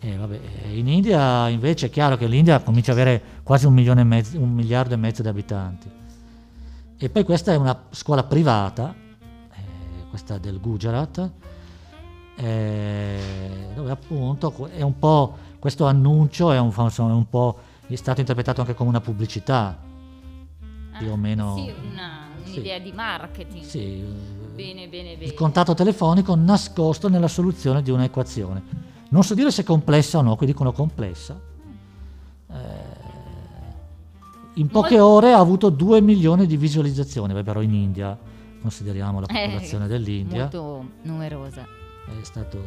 [SPEAKER 2] E vabbè, eh, in India invece è chiaro che l'India comincia ad avere quasi un, milione e mezzo, un miliardo e mezzo di abitanti. E poi questa è una scuola privata, eh, questa del Gujarat, eh, dove appunto que- è un po' questo annuncio è un, fa- insomma, è un po' è stato interpretato anche come una pubblicità, più o meno.
[SPEAKER 1] Ah, Sì, una-
[SPEAKER 2] Sì.
[SPEAKER 1] un'idea di marketing.
[SPEAKER 2] sì, eh,
[SPEAKER 1] Bene, bene, bene.
[SPEAKER 2] il contatto telefonico nascosto nella soluzione di un'equazione. Non so dire se è complessa o no, qui dicono complessa. Eh, in poche ore ha avuto 2 milioni di visualizzazioni, beh, però in India, consideriamo la
[SPEAKER 1] Eh,
[SPEAKER 2] popolazione dell'India,
[SPEAKER 1] Molto numerosa. Eh,
[SPEAKER 2] è stato,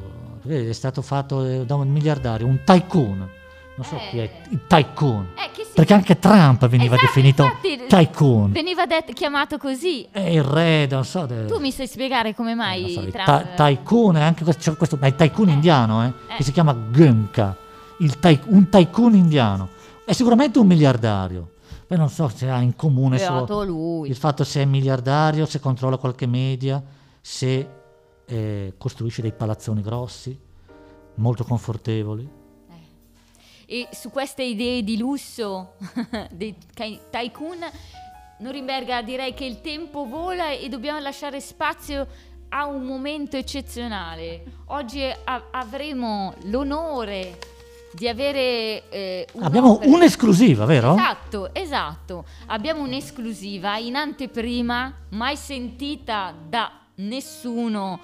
[SPEAKER 2] perché è stato fatto eh, da un miliardario, un tycoon. Non so
[SPEAKER 1] Eh.
[SPEAKER 2] chi è il tycoon.
[SPEAKER 1] Eh, che si-
[SPEAKER 2] Perché anche Trump veniva
[SPEAKER 1] Esatto,
[SPEAKER 2] definito
[SPEAKER 1] infatti,
[SPEAKER 2] tycoon.
[SPEAKER 1] Veniva detto- chiamato così.
[SPEAKER 2] È il re, non so. de-
[SPEAKER 1] Tu mi sai spiegare come
[SPEAKER 2] eh,
[SPEAKER 1] mai
[SPEAKER 2] non so, il
[SPEAKER 1] Trump-
[SPEAKER 2] ta- tycoon, è anche questo, c'è questo- ma il tycoon
[SPEAKER 1] Eh.
[SPEAKER 2] indiano, eh,
[SPEAKER 1] Eh.
[SPEAKER 2] che si chiama Gumka, il ty- un tycoon indiano, è sicuramente un miliardario. Poi non so se ha in comune solo
[SPEAKER 1] Beato lui.
[SPEAKER 2] il fatto se è miliardario, se controlla qualche media, se eh, costruisce dei palazzoni grossi, molto confortevoli.
[SPEAKER 1] E su queste idee di lusso (laughs) dei kai- tycoon, Norimberga direi che il tempo vola e dobbiamo lasciare spazio a un momento eccezionale. Oggi a- avremo l'onore di avere... eh,
[SPEAKER 2] Abbiamo
[SPEAKER 1] un'opera-
[SPEAKER 2] un'esclusiva, vero?
[SPEAKER 1] Esatto, esatto. Abbiamo un'esclusiva in anteprima, mai sentita da nessuno,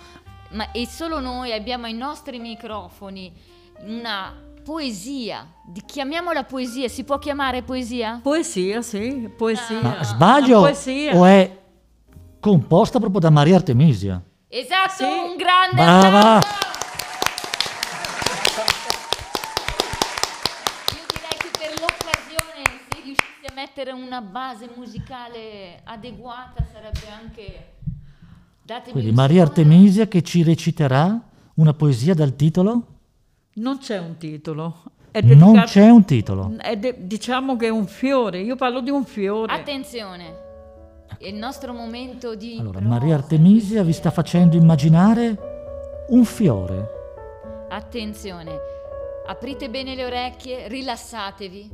[SPEAKER 1] ma, e solo noi abbiamo ai nostri microfoni una poesia. Di- chiamiamola poesia, si può chiamare poesia?
[SPEAKER 3] Poesia, sì, poesia.
[SPEAKER 2] Ma
[SPEAKER 1] Ah,
[SPEAKER 2] sbaglio
[SPEAKER 3] la poesia.
[SPEAKER 2] o è composta proprio da Maria Artemisia?
[SPEAKER 1] Esatto,
[SPEAKER 3] Sì.
[SPEAKER 1] un grande
[SPEAKER 2] Brava.
[SPEAKER 1] applauso! Io direi che per l'occasione, se riuscissi a mettere una base musicale adeguata, sarebbe anche... Datemi
[SPEAKER 2] Quindi
[SPEAKER 1] un
[SPEAKER 2] Maria
[SPEAKER 1] secondo.
[SPEAKER 2] Artemisia che ci reciterà una poesia dal titolo?
[SPEAKER 3] Non c'è un titolo. È
[SPEAKER 2] Non
[SPEAKER 3] dedicato-
[SPEAKER 2] c'è un titolo.
[SPEAKER 3] è de- diciamo che è un fiore, io parlo di un fiore.
[SPEAKER 1] Attenzione! È il nostro momento di...
[SPEAKER 2] Allora,
[SPEAKER 1] prosa,
[SPEAKER 2] Maria Artemisia vi sta facendo immaginare un fiore.
[SPEAKER 1] Attenzione, aprite bene le orecchie, rilassatevi,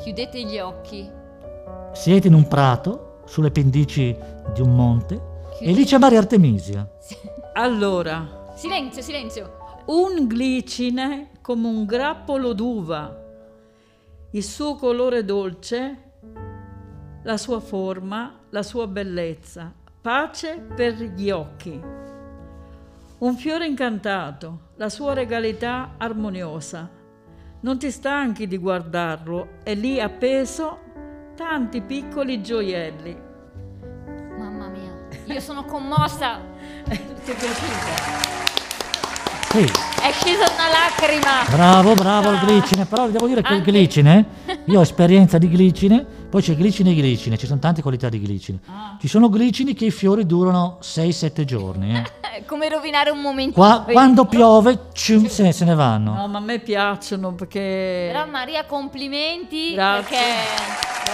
[SPEAKER 1] chiudete gli occhi. (laughs)
[SPEAKER 2] Siete in un prato, sulle pendici di un monte, e lì c'è Maria Artemisia.
[SPEAKER 3] Allora,
[SPEAKER 1] Silenzio, silenzio.
[SPEAKER 3] un glicine come un grappolo d'uva, il suo colore dolce, la sua forma, la sua bellezza, pace per gli occhi. Un fiore incantato, la sua regalità armoniosa. Non ti stanchi di guardarlo, è lì appeso tanti piccoli gioielli. (laughs)
[SPEAKER 1] Mamma mia, io sono commossa.
[SPEAKER 3] Ti è piaciuta?
[SPEAKER 2] Sì,
[SPEAKER 1] È scesa una lacrima.
[SPEAKER 2] bravo, bravo il
[SPEAKER 1] Ah.
[SPEAKER 2] glicine, però devo dire che il
[SPEAKER 1] Anche-
[SPEAKER 2] glicine, io ho esperienza di glicine, poi c'è glicine e glicine, ci sono tante qualità di glicine. Ci sono glicini che i fiori durano 6-7 giorni. eh.
[SPEAKER 1] È Come rovinare un momento.
[SPEAKER 2] Qua- quando piove cium, se, se ne vanno.
[SPEAKER 3] No, ma a me piacciono perché...
[SPEAKER 1] Però Maria, complimenti
[SPEAKER 3] Grazie.
[SPEAKER 1] perché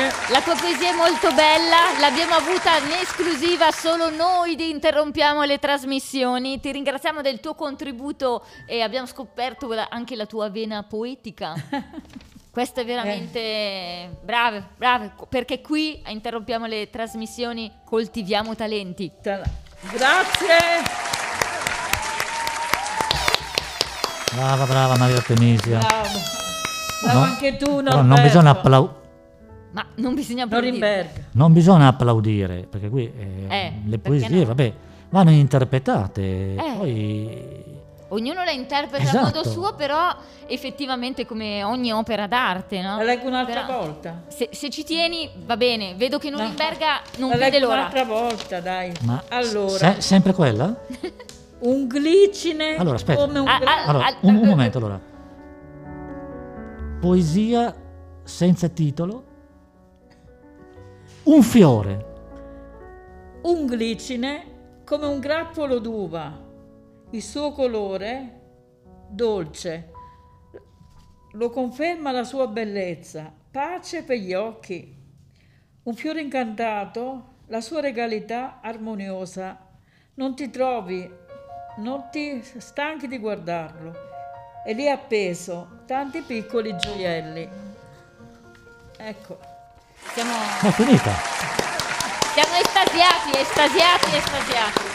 [SPEAKER 3] Grazie.
[SPEAKER 1] la tua poesia è molto bella, l'abbiamo avuta in esclusiva solo noi di Interrompiamo le trasmissioni. Ti ringraziamo del tuo contributo e abbiamo scoperto la- anche la tua vena poetica. Questo è veramente brave, brave, perché qui a interrompiamo le trasmissioni, coltiviamo talenti.
[SPEAKER 3] Ta- Grazie.
[SPEAKER 2] Brava, brava Maria Artemisia.
[SPEAKER 3] Bravo. Bravo
[SPEAKER 2] No,
[SPEAKER 3] anche tu,
[SPEAKER 2] Però non
[SPEAKER 3] Norberto.
[SPEAKER 2] bisogna, applau-
[SPEAKER 1] Ma non bisogna applaudire.
[SPEAKER 3] Norimberga.
[SPEAKER 2] non bisogna applaudire, perché qui eh,
[SPEAKER 1] Eh, perché
[SPEAKER 2] le poesie,
[SPEAKER 1] no?
[SPEAKER 2] vabbè, vanno interpretate.
[SPEAKER 1] Eh.
[SPEAKER 2] Poi...
[SPEAKER 1] Ognuno la interpreta a
[SPEAKER 2] Esatto.
[SPEAKER 1] modo suo, però effettivamente come ogni opera d'arte, no?
[SPEAKER 3] La leggo un'altra
[SPEAKER 1] Però-
[SPEAKER 3] volta.
[SPEAKER 1] Se, se ci tieni, va bene. Vedo che Norimberga non
[SPEAKER 3] La
[SPEAKER 1] vede
[SPEAKER 3] leggo
[SPEAKER 1] l'ora.
[SPEAKER 3] un'altra volta, dai.
[SPEAKER 2] Ma
[SPEAKER 3] allora,
[SPEAKER 2] se- sempre quella?
[SPEAKER 3] un glicine
[SPEAKER 2] Allora, aspetta.
[SPEAKER 3] come un
[SPEAKER 1] Ah,
[SPEAKER 3] gra-
[SPEAKER 1] ah,
[SPEAKER 2] Allora,
[SPEAKER 1] al-
[SPEAKER 2] un, un
[SPEAKER 1] eh,
[SPEAKER 2] momento, allora. Poesia senza titolo. Un fiore.
[SPEAKER 3] un glicine come un grappolo d'uva, il suo colore dolce, lo conferma la sua bellezza, pace per gli occhi, un fiore incantato, la sua regalità armoniosa. Non ti trovi, non ti stanchi di guardarlo. E lì appeso tanti piccoli gioielli. Ecco,
[SPEAKER 1] Siamo,
[SPEAKER 2] Ma è finita.
[SPEAKER 1] siamo estasiati, estasiati, estasiati.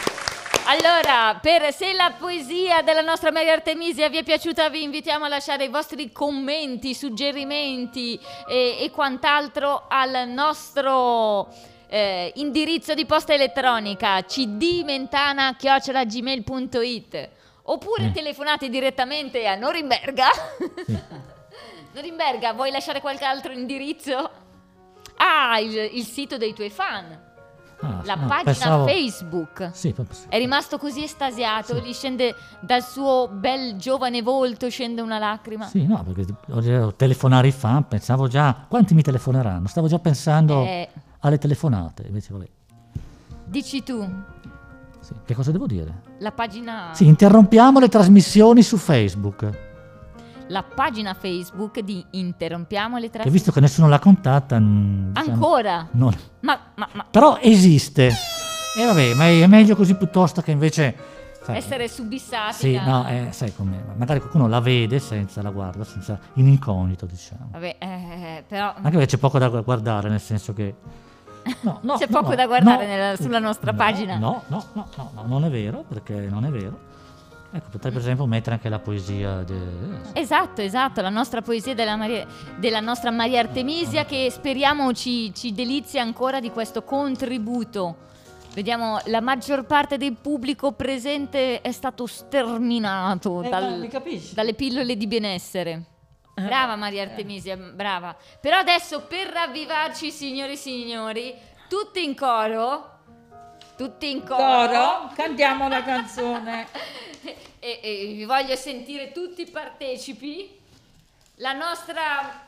[SPEAKER 1] Allora, per, se la poesia della nostra Maria Artemisia vi è piaciuta, vi invitiamo a lasciare i vostri commenti, suggerimenti eh, e, e quant'altro al nostro eh, indirizzo di posta elettronica cdmentana.gmail.it oppure
[SPEAKER 2] Mm.
[SPEAKER 1] telefonate direttamente a Norimberga. (laughs) Norimberga, vuoi lasciare qualche altro indirizzo? Ah, il, il sito dei tuoi fan,
[SPEAKER 2] Ah,
[SPEAKER 1] la
[SPEAKER 2] no,
[SPEAKER 1] pagina
[SPEAKER 2] pensavo-
[SPEAKER 1] Facebook. Eh,
[SPEAKER 2] Sì, fa- sì.
[SPEAKER 1] È rimasto così estasiato,
[SPEAKER 2] Sì.
[SPEAKER 1] gli scende dal suo bel giovane volto, scende una lacrima.
[SPEAKER 2] Sì, no, perché ho detto, telefonare i fan, pensavo già, quanti mi telefoneranno? Stavo già pensando
[SPEAKER 1] Eh,
[SPEAKER 2] alle telefonate, invece vabbè.
[SPEAKER 1] dici tu,
[SPEAKER 2] Sì, Che cosa devo dire?
[SPEAKER 1] la pagina,
[SPEAKER 2] Sì, interrompiamo le trasmissioni su Facebook,
[SPEAKER 1] la pagina Facebook di Interrompiamo le
[SPEAKER 2] che
[SPEAKER 1] trasmissioni.
[SPEAKER 2] visto che nessuno l'ha contatta... mm, diciamo,
[SPEAKER 1] Ancora?
[SPEAKER 2] non-
[SPEAKER 1] Ma, ma- ma
[SPEAKER 2] Però esiste. E vabbè, ma è meglio così piuttosto che invece... sai,
[SPEAKER 1] essere subissati
[SPEAKER 2] Eh. Sì,
[SPEAKER 1] da-
[SPEAKER 2] no, eh, sai com'è, magari qualcuno la vede senza la guarda, senza, in incognito diciamo.
[SPEAKER 1] Vabbè, eh, però...
[SPEAKER 2] Anche perché c'è poco da gu- guardare, nel senso che...
[SPEAKER 1] (laughs)
[SPEAKER 2] no, no,
[SPEAKER 1] C'è
[SPEAKER 2] no,
[SPEAKER 1] poco
[SPEAKER 2] no,
[SPEAKER 1] da guardare
[SPEAKER 2] no,
[SPEAKER 1] nella- sulla nostra
[SPEAKER 2] no,
[SPEAKER 1] pagina.
[SPEAKER 2] No, no, no, no, no, non è vero, perché non è vero. Ecco, potrei per esempio mettere anche la poesia de-
[SPEAKER 1] Esatto, esatto, la nostra poesia della, Maria- della nostra Maria Artemisia che speriamo ci, ci delizia ancora di questo contributo. Vediamo, la maggior parte del pubblico presente è stato sterminato
[SPEAKER 3] eh,
[SPEAKER 1] dal-
[SPEAKER 3] ma mi capisci?
[SPEAKER 1] dalle pillole di benessere.
[SPEAKER 3] Eh,
[SPEAKER 1] Brava Maria
[SPEAKER 3] eh.
[SPEAKER 1] Artemisia, brava. Però adesso per ravvivarci, signori e signori, tutti in coro. Tutti in
[SPEAKER 3] Coro, cantiamo la canzone.
[SPEAKER 1] e, e vi voglio sentire tutti partecipi. La nostra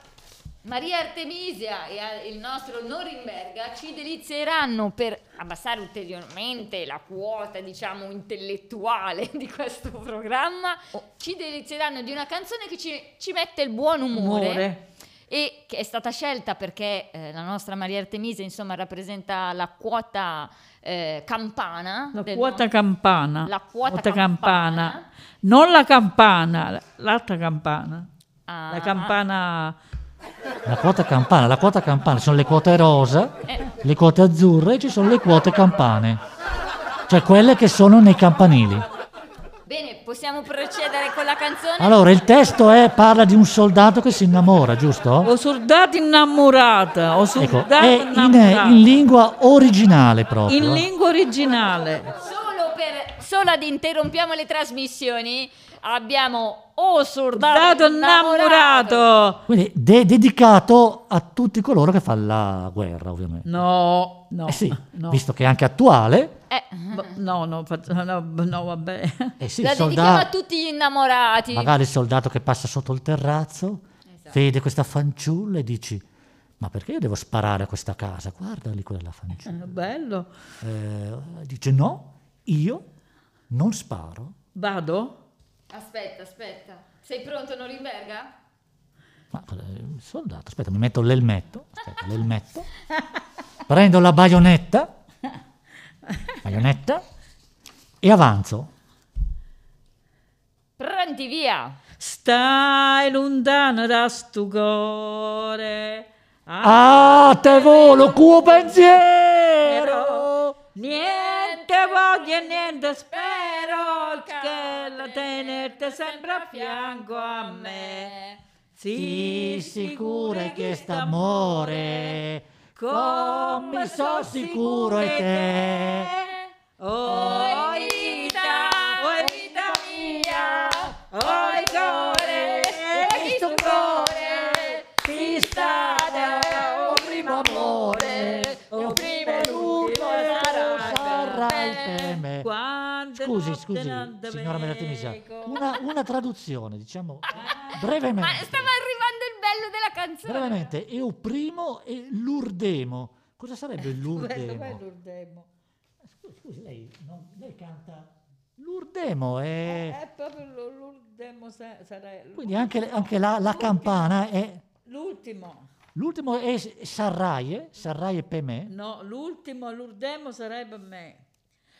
[SPEAKER 1] Maria Artemisia e a- il nostro Norimberga ci delizieranno per abbassare ulteriormente la quota, diciamo, intellettuale di questo programma. Ci delizieranno di una canzone che ci, ci mette il buon umore.
[SPEAKER 3] Amore.
[SPEAKER 1] E che è stata scelta perché eh, la nostra Maria Artemisia, insomma, rappresenta la quota eh, campana.
[SPEAKER 3] La
[SPEAKER 1] del
[SPEAKER 3] quota
[SPEAKER 1] no-
[SPEAKER 3] campana.
[SPEAKER 1] la quota campana.
[SPEAKER 3] Non la campana, l'altra campana.
[SPEAKER 1] Ah,
[SPEAKER 3] La campana...
[SPEAKER 2] La quota campana, la quota campana, ci sono le quote rosa,
[SPEAKER 1] eh,
[SPEAKER 2] le quote azzurre e ci sono le quote campane. Cioè quelle che sono nei campanili.
[SPEAKER 1] Bene, possiamo procedere con la canzone.
[SPEAKER 2] Allora, il testo è, parla di un soldato che si innamora, giusto?
[SPEAKER 3] Ho soldato innamorata, ho
[SPEAKER 2] Ecco,
[SPEAKER 3] soldato
[SPEAKER 2] è in,
[SPEAKER 3] innamorata.
[SPEAKER 2] in lingua originale proprio.
[SPEAKER 3] In
[SPEAKER 2] eh.
[SPEAKER 3] lingua originale.
[SPEAKER 1] Solo, per, solo ad interrompiamo le trasmissioni abbiamo O
[SPEAKER 3] Soldato
[SPEAKER 1] Soldato Innamorato.
[SPEAKER 3] innamorato.
[SPEAKER 2] Quindi de- dedicato a tutti coloro che fanno la guerra, ovviamente.
[SPEAKER 3] No, no.
[SPEAKER 2] Eh sì,
[SPEAKER 3] no.
[SPEAKER 2] visto che è anche attuale.
[SPEAKER 1] Eh,
[SPEAKER 3] B- No, no, faccio- no, b- no, vabbè.
[SPEAKER 2] Eh sì,
[SPEAKER 1] la
[SPEAKER 2] il
[SPEAKER 1] dedichiamo a
[SPEAKER 2] soldato,
[SPEAKER 1] tutti gli innamorati.
[SPEAKER 2] magari il soldato che passa sotto il terrazzo, vede questa fanciulla e dici, ma perché io devo sparare a questa casa? Guarda lì quella fanciulla.
[SPEAKER 3] Eh, Bello.
[SPEAKER 2] Eh, dice, no, io non sparo.
[SPEAKER 3] Vado?
[SPEAKER 1] Aspetta, aspetta. Sei pronto Norimberga?
[SPEAKER 2] Ma eh, il soldato, aspetta, mi metto l'elmetto, aspetta, l'elmetto, prendo la baionetta, baionetta, e avanzo.
[SPEAKER 1] Pronti via.
[SPEAKER 3] Stai lontano da stu cuore. Ah,
[SPEAKER 2] Ah, te volo, cuo pensiero!
[SPEAKER 3] Niente voglio e niente spero che la tenete sempre a fianco a me.
[SPEAKER 2] Sì, sicura è che st'amore, come so sicuro è te.
[SPEAKER 1] Eh.
[SPEAKER 3] Oh vita, oh vita mia, oh il cuore, e il tuo cuore, ti stata, oh primo amore, oh primo e l'unico sarà
[SPEAKER 2] il me.
[SPEAKER 3] Quante
[SPEAKER 2] Scusi,
[SPEAKER 3] notte
[SPEAKER 2] scusi,
[SPEAKER 3] non te
[SPEAKER 2] signora Melatemisa,
[SPEAKER 3] veco.
[SPEAKER 2] una, una traduzione, diciamo,
[SPEAKER 3] Ah,
[SPEAKER 1] Ma
[SPEAKER 2] brevemente.
[SPEAKER 1] stava arrivando il bello della canzone.
[SPEAKER 2] Brevemente, e opprimo e l'urdemo. Cosa sarebbe
[SPEAKER 3] (laughs) Quello,
[SPEAKER 2] l'urdemo?
[SPEAKER 3] quello il demo.
[SPEAKER 2] Scusi, scusi, lei, non- lei canta l'urdemo è...
[SPEAKER 3] Eh, È proprio l'u- l'ultimo, sa- sarà l'u-
[SPEAKER 2] Eh. Quindi anche, anche la, la campana è...
[SPEAKER 3] l'ultimo.
[SPEAKER 2] L'ultimo è S- Sarraie, Sarraie per me.
[SPEAKER 3] No, l'ultimo, l'urdemo sarebbe me.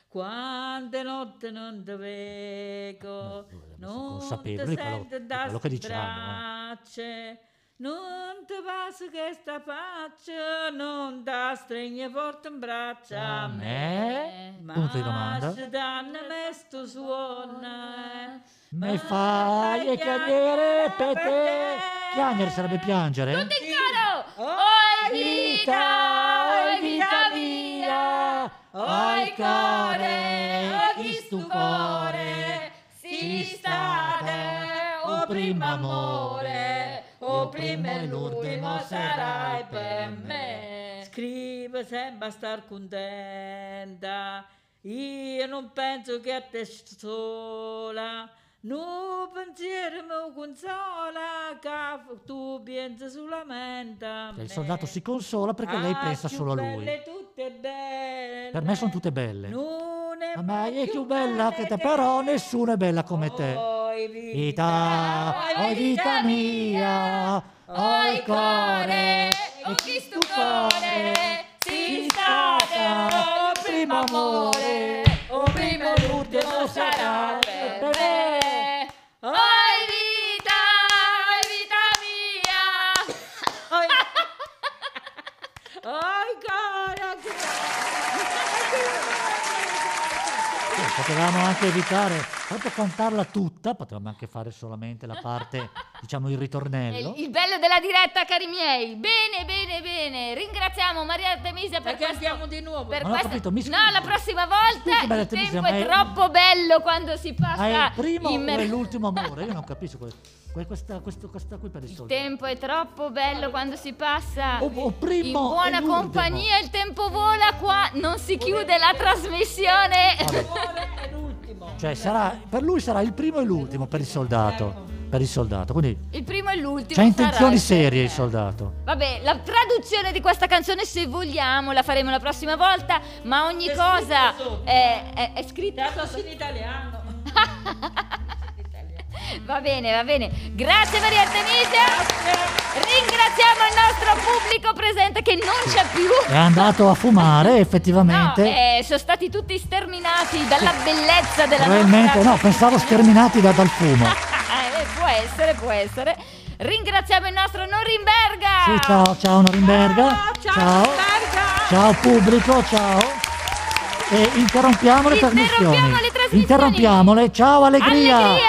[SPEAKER 3] Quante notte non ti
[SPEAKER 2] No,
[SPEAKER 3] veco,
[SPEAKER 2] scusa,
[SPEAKER 3] non
[SPEAKER 2] lo
[SPEAKER 3] ti
[SPEAKER 2] sapevo, lui quello-
[SPEAKER 3] sento da
[SPEAKER 2] quello che diciamo,
[SPEAKER 3] stracce, non ti basta che sta faccia, non da stregne forte in braccia
[SPEAKER 2] A me? Ah, Punto di domanda.
[SPEAKER 3] se danno me sto eh. suona,
[SPEAKER 2] Mi fai cadere per te. Chiagnere sarebbe piangere?
[SPEAKER 1] Tutto in coro!
[SPEAKER 3] Oh,
[SPEAKER 1] Oi vita, oi vita mia, oi cuore, oh, oi chi stupore, si state, o primo amore, o primo e l'ultimo sarai per me.
[SPEAKER 3] Scrive sembra star contenta, io non penso che a te sola, non pensiero mi consola, che tu pensi solamente a
[SPEAKER 2] Cioè, il
[SPEAKER 3] me.
[SPEAKER 2] soldato si consola perché lei
[SPEAKER 3] Ah,
[SPEAKER 2] pensa
[SPEAKER 3] più
[SPEAKER 2] solo a lui.
[SPEAKER 3] belle tutte belle.
[SPEAKER 2] Per me sono tutte belle.
[SPEAKER 3] Non è
[SPEAKER 2] Ma
[SPEAKER 3] mai
[SPEAKER 2] è più bella che te, però nessuno è bella come te. oh,
[SPEAKER 3] Oi, vita,
[SPEAKER 2] Vita,
[SPEAKER 3] oi,
[SPEAKER 2] oi vita mia, oi cuore,
[SPEAKER 1] oi
[SPEAKER 2] e
[SPEAKER 1] chi
[SPEAKER 2] chi
[SPEAKER 1] stupore,
[SPEAKER 2] stupore,
[SPEAKER 1] si
[SPEAKER 2] si
[SPEAKER 1] stata,
[SPEAKER 2] stata,
[SPEAKER 1] o primo
[SPEAKER 2] primo
[SPEAKER 1] amore,
[SPEAKER 2] amore,
[SPEAKER 1] o primo e l'ultimo sarà per me. Oi vita, oi vita mia.
[SPEAKER 2] (laughs)
[SPEAKER 3] Oi, oi cara,
[SPEAKER 2] Sì, potevamo anche evitare, proprio cantarla tutta, potevamo anche fare solamente la
[SPEAKER 1] (laughs)
[SPEAKER 2] parte, diciamo, il
[SPEAKER 1] È
[SPEAKER 2] ritornello.
[SPEAKER 1] il- il bello della diretta, cari miei. Bene, bene, bene. Ringraziamo Maria Artemisia per
[SPEAKER 3] perché
[SPEAKER 1] questo.
[SPEAKER 3] andiamo di nuovo?
[SPEAKER 1] per
[SPEAKER 2] Ma non ho
[SPEAKER 1] questo-
[SPEAKER 2] capito, mi scusi.
[SPEAKER 1] No, la prossima volta
[SPEAKER 2] Scusi, Maria
[SPEAKER 1] il tempo
[SPEAKER 2] Artemisia,
[SPEAKER 1] è
[SPEAKER 2] ma è-
[SPEAKER 1] troppo bello quando si passa
[SPEAKER 2] Ma Ah, è il primo
[SPEAKER 1] in mer-
[SPEAKER 2] o è l'ultimo amore? Io non capisco. que- que- Questa, questa, questa qui per i
[SPEAKER 1] Il
[SPEAKER 2] soldi.
[SPEAKER 1] tempo è troppo bello quando si passa
[SPEAKER 2] O- o primo
[SPEAKER 1] in
[SPEAKER 2] e
[SPEAKER 1] buona
[SPEAKER 2] l'ultimo.
[SPEAKER 1] compagnia. Il tempo vola qua, non si chiude la trasmissione.
[SPEAKER 2] Vabbè.
[SPEAKER 3] Ora è l'ultimo.
[SPEAKER 2] Cioè, sarà, per lui sarà il primo e l'ultimo per il soldato. Per il soldato. Quindi
[SPEAKER 1] Il primo e l'ultimo.
[SPEAKER 2] c'ha intenzioni
[SPEAKER 1] sarà.
[SPEAKER 2] serie il soldato.
[SPEAKER 1] Vabbè, la traduzione di questa canzone, se vogliamo, la faremo la prossima volta, ma ogni
[SPEAKER 3] È scritta
[SPEAKER 1] cosa
[SPEAKER 3] sopra.
[SPEAKER 1] è, è- è scritta.
[SPEAKER 3] Dato sono italiano.
[SPEAKER 1] Va bene, va bene. Grazie Maria Artemisia. Ringraziamo il nostro pubblico presente che non c'è più.
[SPEAKER 2] È andato a fumare,
[SPEAKER 1] No,
[SPEAKER 2] effettivamente.
[SPEAKER 1] eh, sono stati tutti sterminati dalla bellezza della
[SPEAKER 2] Probabilmente,
[SPEAKER 1] nostra
[SPEAKER 2] no, pensavo sterminati da- dal fumo.
[SPEAKER 1] (laughs) Eh, può essere, può essere. Ringraziamo il nostro Norimberga.
[SPEAKER 2] Sì, ciao, ciao Norimberga.
[SPEAKER 3] Ciao, ciao, Norimberga.
[SPEAKER 2] Ciao pubblico, ciao. E interrompiamo
[SPEAKER 1] Interrompiamo
[SPEAKER 2] le trasmissioni.
[SPEAKER 1] le trasmissioni.
[SPEAKER 2] Interrompiamole. Ciao Allegria.
[SPEAKER 1] Allegria.